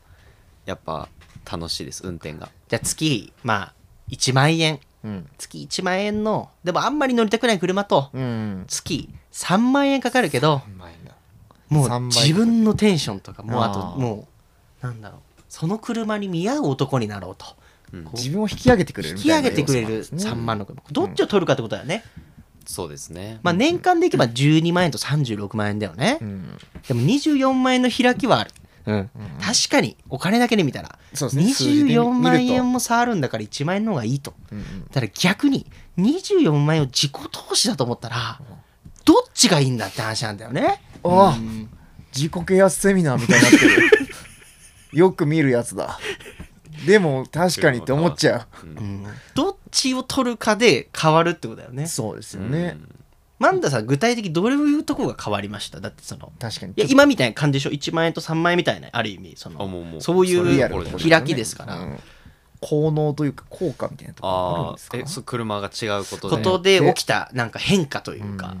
D: やっぱ楽しいです運転が
B: じゃあ月まあ1万円
C: うん
B: 月1万円のでもあんまり乗りたくない車と
C: うん
B: 月3万円かかるけど
C: うまいな
B: もう
C: 3倍
B: 自分のテンションとかもうあ
C: あ
B: と
C: ー
B: もうなんだろうその車に見合う男になろうと
D: うん
B: こう
C: 自分を引き上げてくれる
B: 引
C: み
B: き
C: た
B: 上
C: いな
B: げてくれ
C: 要
B: る
C: 素なんですね
B: 3万の車どっちを取るかってことだよね
D: そうですね
B: まあ年間でいけば12万円と36万円だよね
C: うん
B: でも24万円の開きはある確かにお金だけで見たら
C: そうです
B: 24
C: ね
B: 万
C: 数字で見ると
B: 円も差あるんだから1万円の方がいいと
C: うんうん
B: ただ逆に24万円を自己投資だと思ったらどっちがいいんだって話なんだよね
C: あ
B: う
C: あ
B: ん
C: 自己啓発セミナーみたいになってるよく見るやつだでも確かにって思っちゃ
B: うんどっちを取るかで変わるってことだよね
C: うそうです
D: う
C: よ
D: ん
C: ね、
B: マンダさん具体的にどういうとこが変わりましただってその
C: 確かに
B: いや今みたいな感じでしょ1万円と3万円みたいなある意味そ
D: あも
B: の
D: うもう
B: そうい
D: それリアル
B: う
D: なところ
B: 開きですから、
C: うん効能というか効果みたいなところあるん
D: あ
C: です
D: あ
C: か
D: えそう車が違うことで
B: ことで起きたなんか変化というか、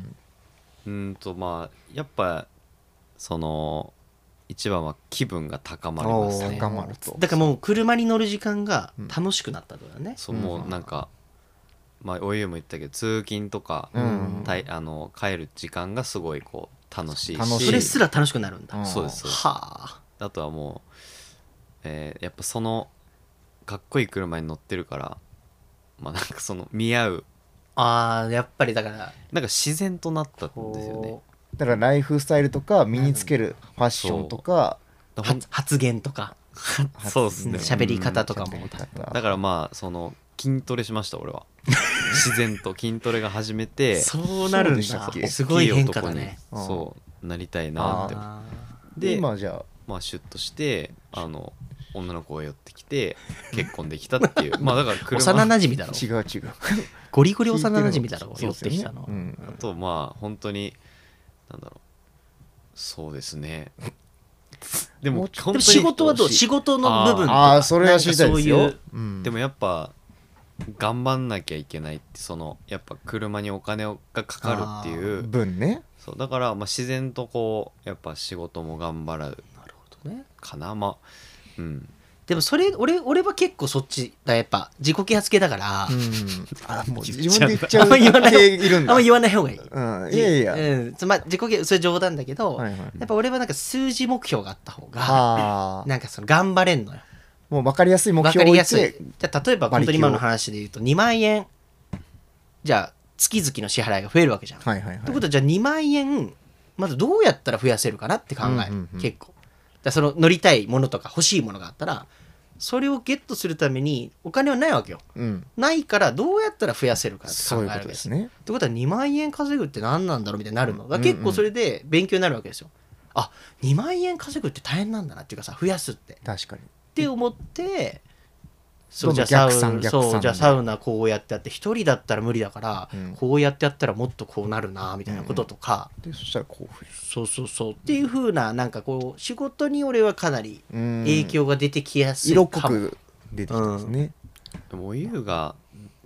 D: うーんとまあやっぱその一番は気分が高まります
C: おー
D: ね
C: 高まると
B: だからもう車に乗る時間が楽しくなったってことだね、
D: そうもうなんか、まあお湯も言ったけど通勤とか、
C: うん
D: たいあの帰る時間がすごいこう楽しいし
C: 楽しい
B: それすら楽しくなるんだ、
C: うん
D: そうですそうです
B: はあ
D: あとはもう、えーやっぱそのかっこいい車に乗ってるからまあなんかその見合う
B: あーやっぱりだから
D: なんか自然となったんですよね
B: こ
C: だからライフスタイルとか身につけるファッションとか
B: う
D: だほん
B: 発発言とか
D: そうっすね
B: 喋り方とかも
C: 喋り方
D: だからまあその筋トレしました 俺は自然と筋トレが始めて
B: そうなるん
C: そう
B: だ
C: でしたっけ
B: すごい変化だね
D: 大きい男にそうなりたいなって
B: あ
D: で
C: 今じゃ
D: まあシュッとしてあの女の子が寄ってきて結婚できたって いうまあだから
B: ー
D: 車
B: 幼なじみだ
C: あ
B: ろ
C: 違う違う
B: ゴリゴリ幼なじみだろ
C: 聞いてる
B: 寄って
C: の
B: きたの、
C: そうですよね
D: あとまあ本当になんだろうそうですねで
C: も
D: も
C: うちょっ
D: 本
B: で
D: 当
B: も
D: に
B: 仕事はどう
D: 欲しい
B: 仕事の部分とか
C: ああそれは知りたいです
B: なん
C: よ
B: かそういう
C: うん
D: でもやっぱ頑張んなきゃいけないってそのやっぱ車にお金がかかるっていう
C: 分ね
D: そうだからまあ自然とこうやっぱ仕事も頑張る
B: なるほどね
D: かなまあうん
B: でもそれ俺俺は結構そっちだやっぱ自己啓発系だから、
C: うんあもう
B: 言っ
C: 自
B: ちゃう
C: 分で言っちゃ
B: あん
C: う
B: ま言わない
C: 系いるん
B: あ
C: だ
B: んま言わない方がいい、
C: うんいやいや
B: うんつまあ自己啓発それ冗談だけど、
C: はいはい
B: やっぱ俺はなんか数字目標があった方が
C: ああ
B: なんかその頑張れんのよ
C: もう分かりやすい目
B: わか
C: 標を
B: り
C: 置い
B: やすい
C: て
B: じゃあ例えば本当に今の話で言うと2万円じゃあ月々の支払いが増えるわけじゃん、
C: はいはいはい
B: ってことはじゃあ2万円まずどうやったら増やせるかなって考える、
C: うんうんうん
B: 結構だからその乗りたいものとか欲しいものがあったらそれをゲットするためにお金はないわけよ
C: うん
B: ないからどうやったら増やせるかって考
C: そう
B: える
C: いうこ
B: わ
C: と
B: け
C: で
B: です
C: すね
B: ってことは2万円稼ぐって何なんだろうみたいになるのだから
C: うんうん
B: 結構それで勉強になるわけですよ、あ2万円稼ぐって大変なんだなっていうかさ増やすってっ
C: 確かに
B: て思ってそうじ
C: ど
B: ゃ
C: ん
B: あ
C: どん
B: サウ
C: 逆算
B: ナ
C: 逆算
B: そうじゃあサウナこうやってやって一人だったら無理だから、
C: うん
B: こうやってやったらもっとこうなるなみたいなこととか、
C: でそしたらこう増え
B: そうそうそうっていう風ななんかこう仕事に俺はかなり
C: るうん
B: 影響が出てきやすい
C: 色濃
B: かも、
C: く出てきますね、
D: でもおゆうが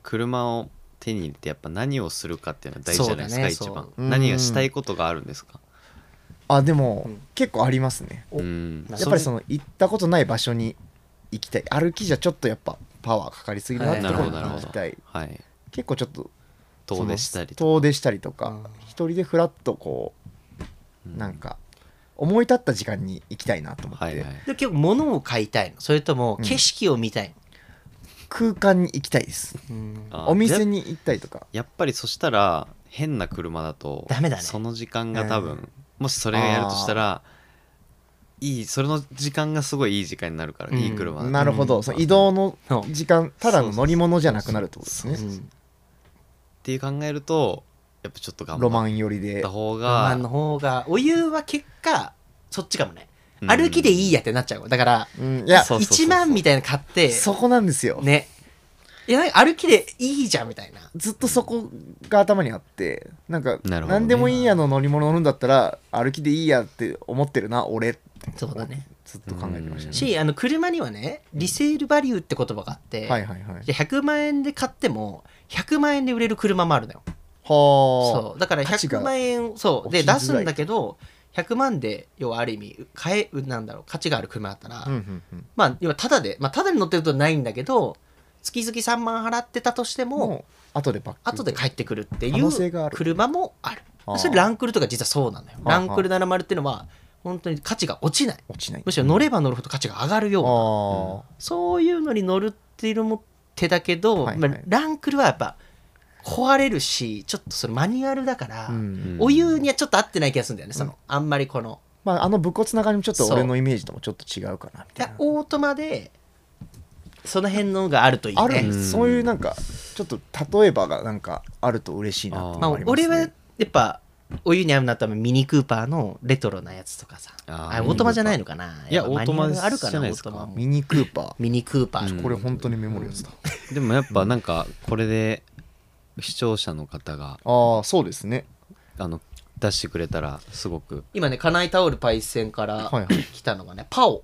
D: 車を手に入れてやっぱ何をするかっていうのは大事じゃないですか、
B: そうだ
D: 一番
B: ね
C: そう
D: 何がしたいことがあるんですか
C: あでも、
B: うん
C: 結構ありますね
B: お
D: うん
B: な
C: やっぱりその行ったことない場所に行きたい歩きじゃちょっとやっぱパワーかかりすぎるなって
B: はい
C: ところに
D: なるほど
C: 行きたい
D: はい
C: 結構ちょっと
D: 遠出したり
C: そ
D: とか
C: の遠出したりとか、
B: うん
C: 一人でフラッとこうなんか思い立った時間に行きたいなと思って、
D: はいはい
B: で結構物を買いたいのそれとも
C: うん
B: 景色を見たい
C: 空間に行きたいです
B: の、
D: あ
C: お店
D: じゃ
C: に行ったりとか
D: やっぱりそしたら変な車だと
B: ダメだね
D: その時間が多分、
C: うん
D: もしそれがやるとしたらいいそれの時間がすごいいい時間になるから、
B: うん
D: いい車だと
C: なるほど、
B: うん
C: その移動の
B: そう
C: 時間ただの乗り物じゃなくなるってことです
B: う
C: ね
B: ん
D: っていう考えるとやっぱちょっと頑
C: ロマ
D: 張っ
C: ン寄りで
D: た方
B: ま
D: が
B: あ、の方がお湯は結果そっちかもね
D: うん
B: 歩きでいいやってなっちゃうだから
C: うんいや
D: そうそうそうそう
B: 1万みたいなの買って
C: そこなんですよ、
B: ねいやなんか歩きでいいじゃんみたいな
C: ずっとそこが頭にあってなんか
D: なるほどね
C: 何でもいいやの乗り物乗るんだったら歩きでいいやって思ってるな俺って
B: そうだね
C: ずっと考えてましたね
B: しあの車にはねリセールバリューって言葉があって、
C: はいはいはいは
B: じゃあ100万円で買っても100万円で売れる車もあるのよ
C: あ
B: そうだから
C: 価値
B: 100
C: が
B: 万円そうで
C: 起きづ
B: 出
C: らい
B: すんだけど100万で要はある意味買えなんだろう価値がある車だったら、
C: うんうんうん
B: まあ要はタダでまあタダに乗ってることないんだけど月々3万払ってたとしても
C: もう後でバック
B: 後で帰ってくるって
C: 可
B: い
C: 能性があ
B: う
C: る
B: 車もある
C: あー
B: それランクルとか実はそうなんだよ
C: あは
B: ランクル70っていうのは本当に価値が落ちない
C: 落ちない
B: むしろ乗れば乗るほど価値が上がるような
C: あ
B: そういうのに乗るっていうのも手だけど、
C: はいはい
B: まあ、ランクルはやっぱ壊れるしちょっとそれマニュアルだから、
C: あ、うん
B: お湯にはちょっと合ってない気がするんだよねその、あんまりこの
C: まああの武骨な感じもちょっと
B: そう
C: 俺のイメージともちょっと違うかなみた
B: だ
C: いな
B: オートマでその辺のがあるといいね
C: あるんで
D: う
C: す
D: ん
C: そういうなんかちょっと例えばがなんかあると嬉しいなって
B: まあ
C: 思います、ね、
B: 俺はやっぱお湯に合うなったらミニクーパーのレトロなやつとかさ
D: あ
B: あ
D: ー
B: れオートマじゃないのかない
D: や
B: っぱマニュアルがあるか
D: オートマじゃ
B: なオ
D: ないで
B: ー
D: すか
B: トマも
C: ミニクーパ
B: ミニクーパー、
D: う
C: ー
D: ん
C: これ本当にメモるやつだ、
D: でもやっぱなんかこれで視聴者の方が
C: ああそうですね
D: あの出してくれたらすごく
B: 今ね金井タオルパイセンから
C: はいはい
B: 来たのがねパオ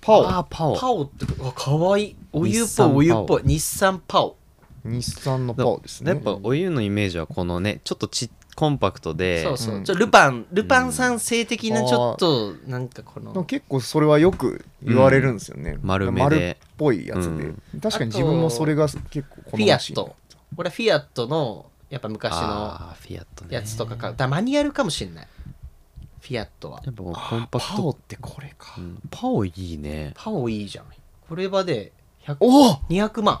C: パオ
D: あーパオ
B: パオってうわかわいいお湯っ
D: 日
B: ぽ
D: 産
B: い
D: パオ
B: お湯っぽい日産パオ
C: 日産のパオですね
D: やっぱお湯のイメージはこのねちょっとちコンパクトで
B: そうそう、
C: うん
B: ちょルパンルパン三世的な
C: うん
B: ちょっとなんかこの
C: でも結構それはよく言われるんですよね、
D: 丸めで
C: っぽいやつで、
D: うん
C: 確かに自分もそれが結構好
B: フィア
C: ましい
B: ッ
C: な
B: ト俺はフィアットのやっぱ昔の
D: あーフィアットね
B: やつとか買うだからマニュアルかもしんないフィアットは
D: やっぱこうコンパク
C: パ
D: ト
C: オってこれか、
D: うんパオいいね
B: パオいいじゃんこれはで100
C: おお
B: 200万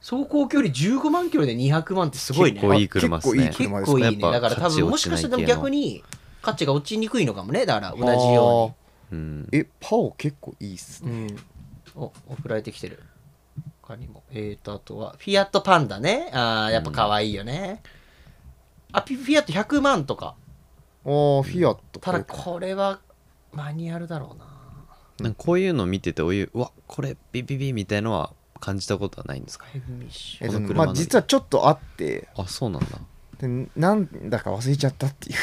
B: 走行距離15万キロで200万ってすごいね
D: 結構いい車っすね
C: 結構
B: 結
C: いい車です
B: 構いい
D: やっ
B: ね
D: ぱ
B: だから多
D: 価値
B: 分
D: 落
B: もし
D: ち
B: か
D: ない
B: したら
D: 系の
B: 逆に価値が落ちにくいのかもねだから同じよ
D: うん
C: えパオ結構いいっす
B: う
C: ね、
B: にうんお送られてきてる他にもえーとあとはフィアットパンダねあーやっぱ可愛いよね、あピフィアット100万とか
C: おおフィアット
B: た
C: これ
B: だ
C: か
B: これはマニュアルだろうな
D: なんかこういうの見ててお湯うわこれビビビみたいのは感じたことはないんですか
B: ヘビミッシ
C: え
B: ュ
C: っ
D: ことの
C: ね
D: 車
C: ま
D: の
C: あ実はちょっとあって
D: あそうなんだ
C: でなんだか忘れちゃったっ ていう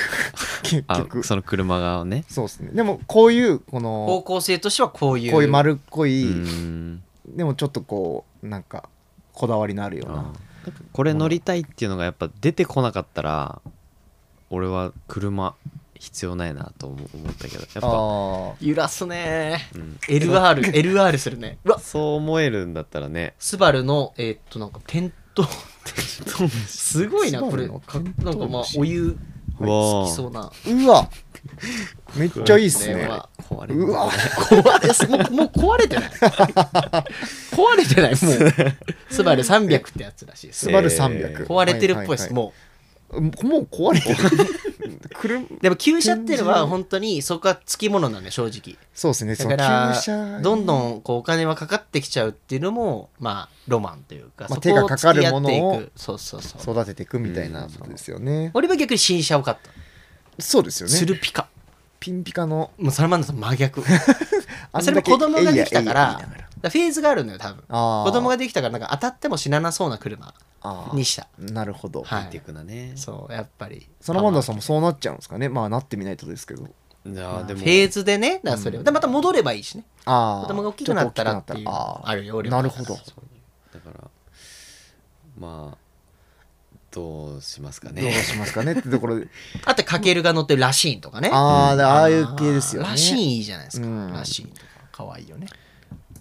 C: 結
D: あ
C: 局
D: その車がね
C: そうですねでもこういうこ
B: 方
C: の
B: 向性としてはこういう
C: こういう丸っこい、
D: うん
C: でもちょっとこうなんかこだわりのあるような
D: これ乗りたいっていうのがやっぱ出てこなかったら俺は車必要ないなと思思ったけどやっ
C: あ
D: ぱ、
C: ー
B: 揺らすね
D: うん、
B: LR、LR するね。うわ
D: そう思えるんだったらね
B: スバルの、えーっと、なんか、点灯。すごいな、
C: スバ
B: これ。
C: ルの
B: か
C: 点
B: な
C: 灯
B: んか、まあ、
C: 虫
B: お湯、
D: う
B: 好
D: わ
B: きそうな。
C: うわめっちゃいいっすね
B: ねまあ
D: 壊れる
C: うわ
B: 壊れす、もう、もう壊れて ない。壊れてない、もう。スバル300ってやつらしいです。
C: スバル
D: え
C: 300、
D: ー
B: 壊れてるっぽいです、
C: も
B: も
C: うもう壊れてる車
B: う。でも、旧車っていうのは、本当に、そこはつきものなんで、正直。
C: そうですねそ
B: だ
C: の
B: から
C: 旧車
B: どんどんこうお金はかかってきちゃうっていうのもまあロマンというか、
C: まあ
B: そこを
C: 手がかかるものを
B: 付き合っていくそうそうそう
C: 育てていくみたいなことですよね、
B: 俺は逆に新車を買った、
C: そうですよね
B: スルピカ
C: ピンピカの
B: もうサラマンダーと真逆
C: あん
B: それも
C: だけ
B: 子供ができたから
C: えいやえいや言いなが
B: らフェーズがあるのよ多分
C: あー
B: 子供ができたからなんか当たっても死ななそうな車
C: あー
B: にした
C: なるほど、
B: はい
D: ハイテクなね
B: そうやっぱり
C: そのモンダさんもそうなっちゃうんですかねまあなってみないとですけど
D: じゃあで
B: フ
D: も
B: ェーズでねだからそれを、でまた戻ればいいしね
C: ああ
B: 子供が大きくなったらっていう
C: あ
B: あるよ俺
C: なるほ
D: だ
C: ど
D: からまあどうしますか
C: どう
D: ね
C: しますかねってと ころで
B: あとかけるが乗ってるらしいんとかね
C: あーでああいう系ですよね
B: らしいいいじゃないですか、
C: うん
B: らしいとか可愛いよね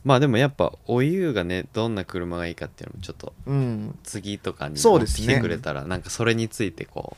D: まあでもやっぱおゆうがねどんな車がいいかっていうのもちょっと
C: うん
D: 次とかに
C: そ
D: 持
C: う
D: っ
C: で
D: て
C: す
D: き
C: ね
D: てくれたら、なんかそれについてこ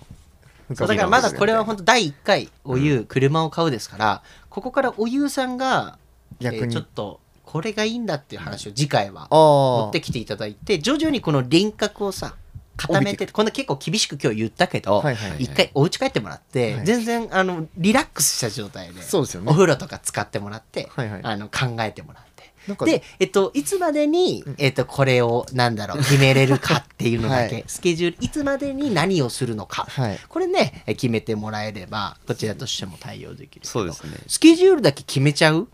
B: そうだからまだこれは
C: ん
B: 本当第1回おゆう車を買うですから、ここからおゆうさんが、えー
C: 逆に、
B: ちょっとこれがいいんだっていう話を次回は持
C: あ
B: ってきていただいて徐々にこの輪郭をさ固め
C: 帯びて
B: てこんな結構厳しく今日言ったけど、
C: あはいはい、
D: い
B: 一回お家帰ってもらって、
C: はい
B: 全然あのリラックスした状態で
C: そうですよね
B: お風呂とか使ってもらって、
C: はいはい
B: あの考えてもらって
C: なんか
B: で、えっと、いつまでに、えっと、これをなんだろう決めれるかっていうのだけ、
C: はい
B: スケジュールいつまでに何をするのか、
C: はい
B: これねえ決めてもらえればこちらとしても対応でき
D: う
B: るけど
D: そうですね
B: スケジュールだけ決めち ゃう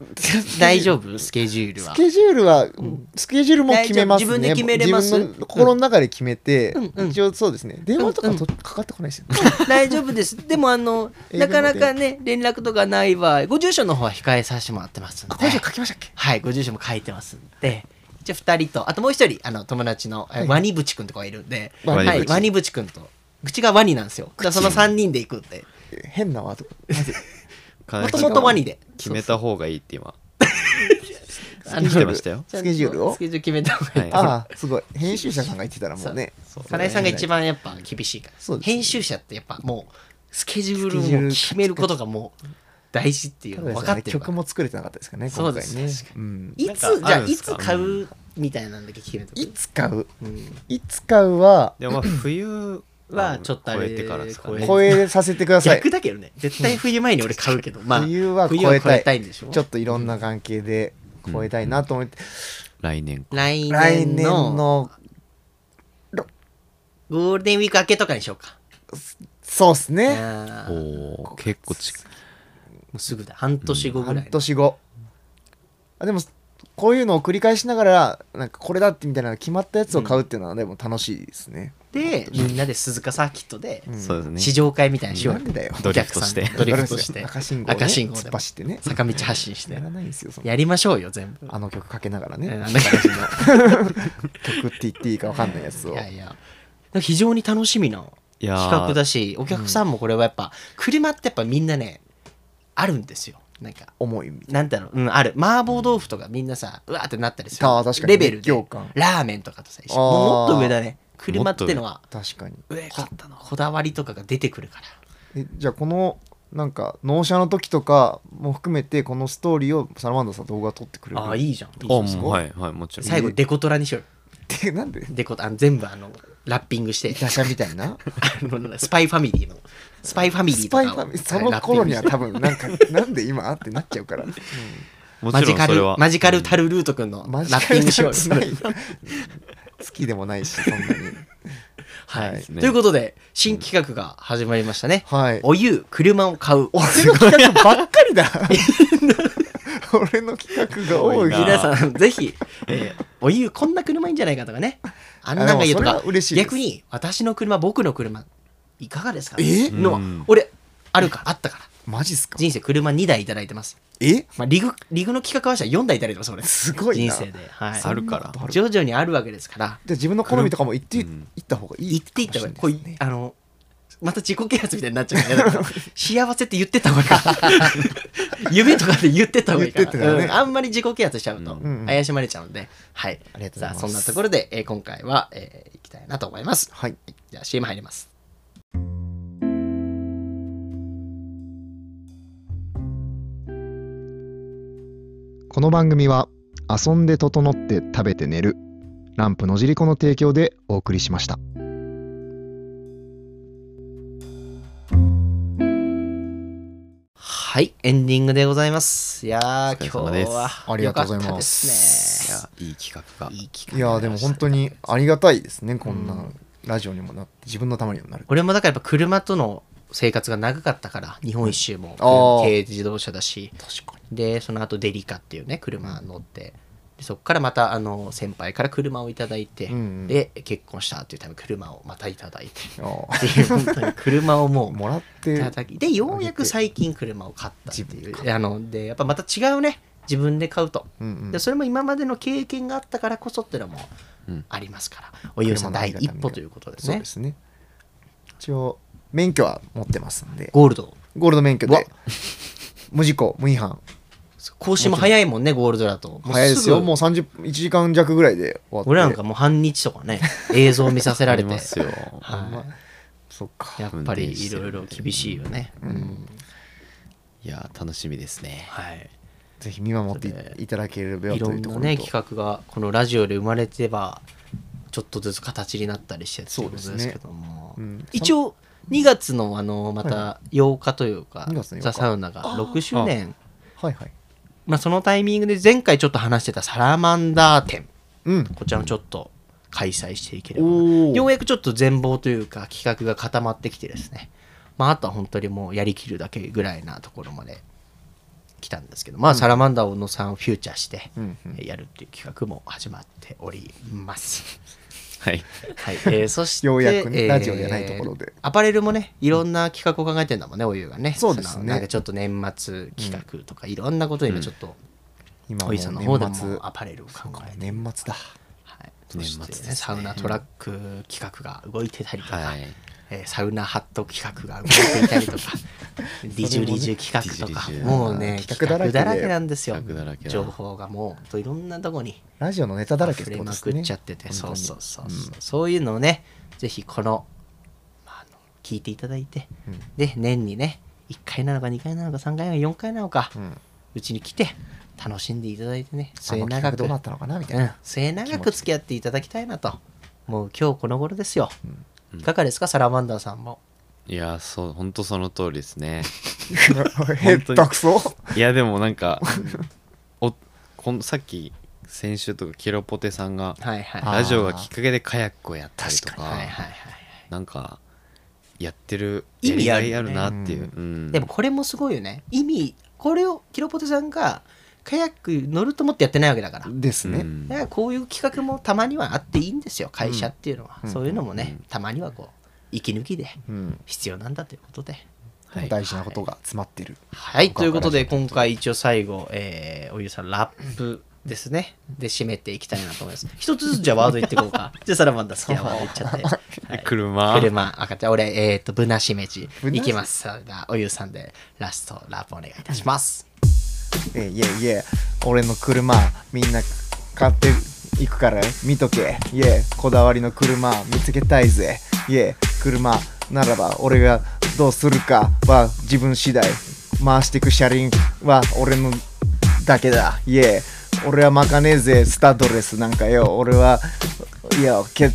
B: 大丈夫スケジュールは
C: スケジュールは、スケジュールも決めますね。
B: 大丈夫自分で決めれます
C: 自分の心の中で決めて、
B: うんうん
C: 一応そうですね。電話とかと、
B: う
C: かかってこないですよね。
B: 大丈夫ですでもあの
C: 英語
B: な
C: で
B: かなかね連絡とかない場合ご住所の方は控えさせてもらってますんで
C: あ、これじゃ書きましたっけ
B: はいご住所も書いてますんでじゃ2人とあともう1人あの友達の、え
C: はい
B: ワニブチ君とかがいるんで、
C: ワニブチ
B: はい、ワニブチ君と口がワニなんですよだからその3人で行くんで
C: 変なワード。
B: も
D: 金
B: と
D: 井
B: も
D: さん
B: とワニで
D: 決めた方がいいって今
B: あの
D: 来てましたよ
B: ちゃんと
C: スケジュールを
B: スケジュール決めた方がい
D: は
B: い
D: い
C: ああ、すごい。編集者さんが言ってたらもうね。
B: そう金井さんが一番やっぱ厳しいから、
C: そうですね
B: 編集者ってやっぱもうスケジュールを
C: スケジュー
B: もう
C: ル
B: 決めることがもう大事っていう
C: そ
B: の
C: うですね。
B: 分かってるか
C: 曲
B: ら
C: も作れてなかったですからね、
B: そう
C: 今
B: で
C: 回
B: す
C: ね。
B: 確
C: うん。
B: いつ
D: なんか
B: じ
D: あ
B: ゃあ
D: るん
B: い
D: ですか
B: つ買うみたいなんだけ決めとく
C: いつ買う
B: うん
C: いつ買うは、
D: でも まあ冬
B: はちょっとあれ
D: 超えてからですか
B: 超え
D: ね
B: て
C: 超えさせてください
B: 逆。だけどね絶対冬前に俺買うけどまあ
C: 冬は
B: 冬は
C: 超え
B: 超え
C: た
B: た
C: い。
B: いんでしょ
C: ちょっといろんな関係で超えたいなと思って。
D: 来年か
B: 来
C: 来
B: 年
C: 年
B: の
C: の、
B: ゴールデンウィーク明けとかにしようか
C: そうですね。
B: あ
D: お
B: ーも
D: おー結構ち
B: うすぐだ半年後ぐら
C: 半
B: い
C: 年後あでもこういうのを繰り返しながらなんかこれだってみたいな決まったやつを買うっていうのはでも楽しいですね、
B: でみんなで鈴鹿サーキットで
C: うん
D: そうですね
B: 試乗会みたいにしよう
C: なんでだよ
D: ドリフトして
B: お客さんドリフトして
C: 赤信号,、ね、
B: 赤信号で
C: 突っ
B: も
C: 走ってね
B: 坂道発進して
C: やらないんですよその
B: やりましょうよ全部
C: あの曲かけながらね、
B: うんあの
C: の 曲って言っていいかわかんないやつを
B: いやいや非常に楽しみない
D: やー
B: 企画だしお客さんもこれはやっぱ車ってやっぱみんなねあるんですよなんか
C: 思いみたい
B: なんだろう、うん、ある麻婆豆腐とかみんなさうわーってなったりする
C: あー確かに
B: レベルで
C: 行間
B: ラーメンとかとさ一緒
C: あー
B: もうもっと上だね車ってのは
C: な確かに
B: 上かったのこだわりとかが出てくるから
C: えじゃあこのなんか納車の時とかも含めてこのストーリーをサラマンダさん動画撮ってくれる
B: ああーいいじゃん
D: あもうはいはいもちろん
B: 最後デコトラにしようよ
C: ってなんで
B: デコあの全部あのラッピングして
C: 打者みたいな
B: あのスパイファミリーのスパイファミリー
C: ス
B: とか
C: パ
B: を
C: イファミリーそ
B: はい
C: の
B: ラッピン
C: 頃
B: グ
C: に
B: し
C: は
B: て
C: 多分なん かなんで今ってなっちゃうから、
D: も
B: マ
D: ち
B: ジ
D: ろん
B: カ
D: それ
B: ル
D: は
B: マジカルタルルートくんの
C: マ
B: ラ
C: ジカ
B: ッピングしよう
C: ル
B: よ
C: ない 好きでもないしそんなに
B: はい、
C: はい
B: ということで新企画が始まりましたね、
C: はい
B: お湯車を買う
C: 俺の企画ばっかりだ俺の企画が多い
D: 多いな
B: 皆さん、ぜひ、えーお湯、こんな車いいんじゃないかとかね、あんなのがいいと
C: あでも
B: か
C: それは嬉しい、です
B: 逆に、私の車、僕の車、いかがですか
C: え
D: う
B: の
D: ん、
B: 俺、あるから、あったから、
C: マジっすか
B: 人生、車2台いただいてます。
C: え
B: まあ、リグリグの企画はしたら4台いただいてます、俺。
C: すごいな
B: 人生で。はい、
D: あるから
C: ある
B: 徐々にあるわけですから、
C: じゃあ自分の好みとかも言ってい
D: うん
C: 言った方がいい
B: 言っていった方がいい。
C: か
B: こ
C: も
B: う
C: しれない
B: いあのまた自己啓発みたいになっちゃうから嫌だから幸せって言ってた方がいい夢とかで言ってた方がいいから
C: 言ってたよね
B: うんあんまり自己啓発しちゃうと
D: うん
C: うん
B: 怪しまれちゃうんで、はい
C: ありがとうござ
B: さあ
C: います
B: そんなところで、えー今回は、えーいきたいなと思います
C: はい
B: じゃあ CM 入ります
C: この番組は遊んで整って食べて寝るランプのじりこの提供でお送りしました
B: はいエンディングでございますいやー
D: お疲れ
B: 今
D: 様
B: 日
D: です
B: は
C: ありがとうございます
B: 良かったです
D: い
B: ね
D: やいい企画が
B: いい機
C: い
B: 会
C: やーでも本当にありがたいですねこん
B: う
C: なんラジオにもなって自分のためにもなる
B: 俺もだからやっぱ車との生活が長かったから日本一周も
C: あー
B: 軽自動車だし
C: 確か
B: でその後デリカっていうね車乗ってでそこからまたあの先輩から車をいただいて、
C: うんうん
B: で結婚したというために車をまたいただいて
C: お
B: って いう本当に車をもう
C: もらって
B: いただきでようやく最近車を買ったって
C: 自分
B: いうあのでやっぱまた違うね自分で買うと、
C: うんうん
B: でそれも今までの経験があったからこそっていうのも
D: うん
B: ありますから、おゆうさん
C: 車の
B: 第
C: ありがたみ
B: 一
C: が
B: 歩ということです
C: そう
B: ね
C: ですね一応免許は持ってますんで
B: ゴールド
C: ゴールド免許
B: うわ
C: で無事故無違反
B: 更新も早いもんねゴールドだともう
C: 早いですよ
B: ぐ
C: もう30 1時間弱ぐらいで終わって
B: 俺なんかもう半日とか ね映像見させられ
D: あ
B: て
D: りますよ。
C: ほんま
B: は
C: そっか
B: い、やっぱりいろいろ厳しいよね、
D: いや楽しみですね。
B: はい
C: ぜひ見守っていいただければ
B: い
C: と
B: ろ
C: い
B: ん
C: うとこ
B: な
C: ろと
B: ね企画がこのラジオで生まれてばちょっとずつ形になったりしてっていうこと
C: そう
B: で
C: ですす
B: け
C: ね
B: ども、
C: うん
B: 一応2月のあのまた8日というか、
C: 2月の8日
B: ザ・サウナが6周年
C: はいはい
B: まあ、そのタイミングで前回ちょっと話してたサラマンダー展
C: うん
B: こちらもちょっと開催していければな
C: お
B: よ
C: お
B: うやくちょっと全貌というか企画が固まってきてですねまああとは本当にもうやりきるだけぐらいなところまで来たんですけどまあサラマンダー小野さんをフューチャーして
C: うんう
B: やるっていう企画も始まっており ます。
D: はい。
B: はい、えーそして
C: ようやくね
B: えー
C: ラジオじゃないところで
B: アパレルもねいろんな企画を考えてんだもんねお湯がね
C: そうですね
B: のなんかちょっと年末企画とか、いろんなことを今ちょっと、
C: 今
B: お
C: もう
B: 湯さんの方で
C: 年末
B: もアパレルを考えて
C: 年末だ
B: はい、そ
D: 年
B: して
D: 末
B: ね
D: ですね
B: サウナトラック企画が動いてたりとか、
D: はい。
B: えーサウナハット企画が動いていたりとかリジュリジュ企画とか
D: リジュリジュ
B: もうね
C: 企画だらけで
B: 企画だらけなんですよ
D: 企画だらけだ
B: 情報がもうほんといろんなとこに
C: ラジオのネタだらけ
B: 触
C: って
B: れ
C: こと
B: ま
C: です
B: くっ
C: ね
B: ちゃってて、そう
C: 本当に
B: そうそうそう、そういうのをねぜひこの,、まあ、あの聞いていただいて、
C: うん
B: で年にね1回なのか2回なのか3回なのか4回なのか、う
C: うん
B: ちに来て楽しんでいただいてね
C: あ
B: 末
C: の企画
B: 永
C: どう
B: く
C: なったのかなみたい
B: うん
C: な、
B: 末長く付き合っていただきたいなともう今日この頃ですよ、
D: うん
B: いかがですかサラマンダーさんも
D: いやそう本当その通りですね。
C: へったくそ
D: いやでもなんかおこのさっき先週とかケロポテさんが
B: はいはい
C: あ
D: ラジオがきっかけでカヤックをやったりとか
B: はいはいはい
D: なんかやってる
B: 意
D: や
B: 味
D: り
B: あ
D: が
B: る
D: い
B: よ
D: あ
B: ね
D: るなっていう。うん
B: でもこれもすごいよね意味これをキロポテさんがカヤック乗ると思ってやってないわけだから
C: ですね、
D: うん
B: だからこういう企画もたまにはあっていいんですよ会社っていうのは、
C: うん
B: そういうのもね、
D: うん
B: たまにはこう息抜きで
C: うん
B: 必要なんだということで
D: はい
C: 大事なことが詰まってる、
B: はいということで今回一応最後、えー、おゆうさんラップですねで締めていきたいなと思います一つずつじゃあワード言っていこう かじゃあサラマンダ好きなワード言っちゃって、はい
D: 車
B: 車赤ちゃん俺えっ、とぶなしめじ
C: ぶなし
B: いきますさあおゆうさんでラストラップお願いいたします
C: えいえいえ俺の車みんな買っていくから見とけいえこだわりの車見つけたいぜいえ車ならば俺がどうするかは自分次第回していく車輪は俺のだけだいえ俺はまかねえぜスタッドレスなんかよ俺はいやけ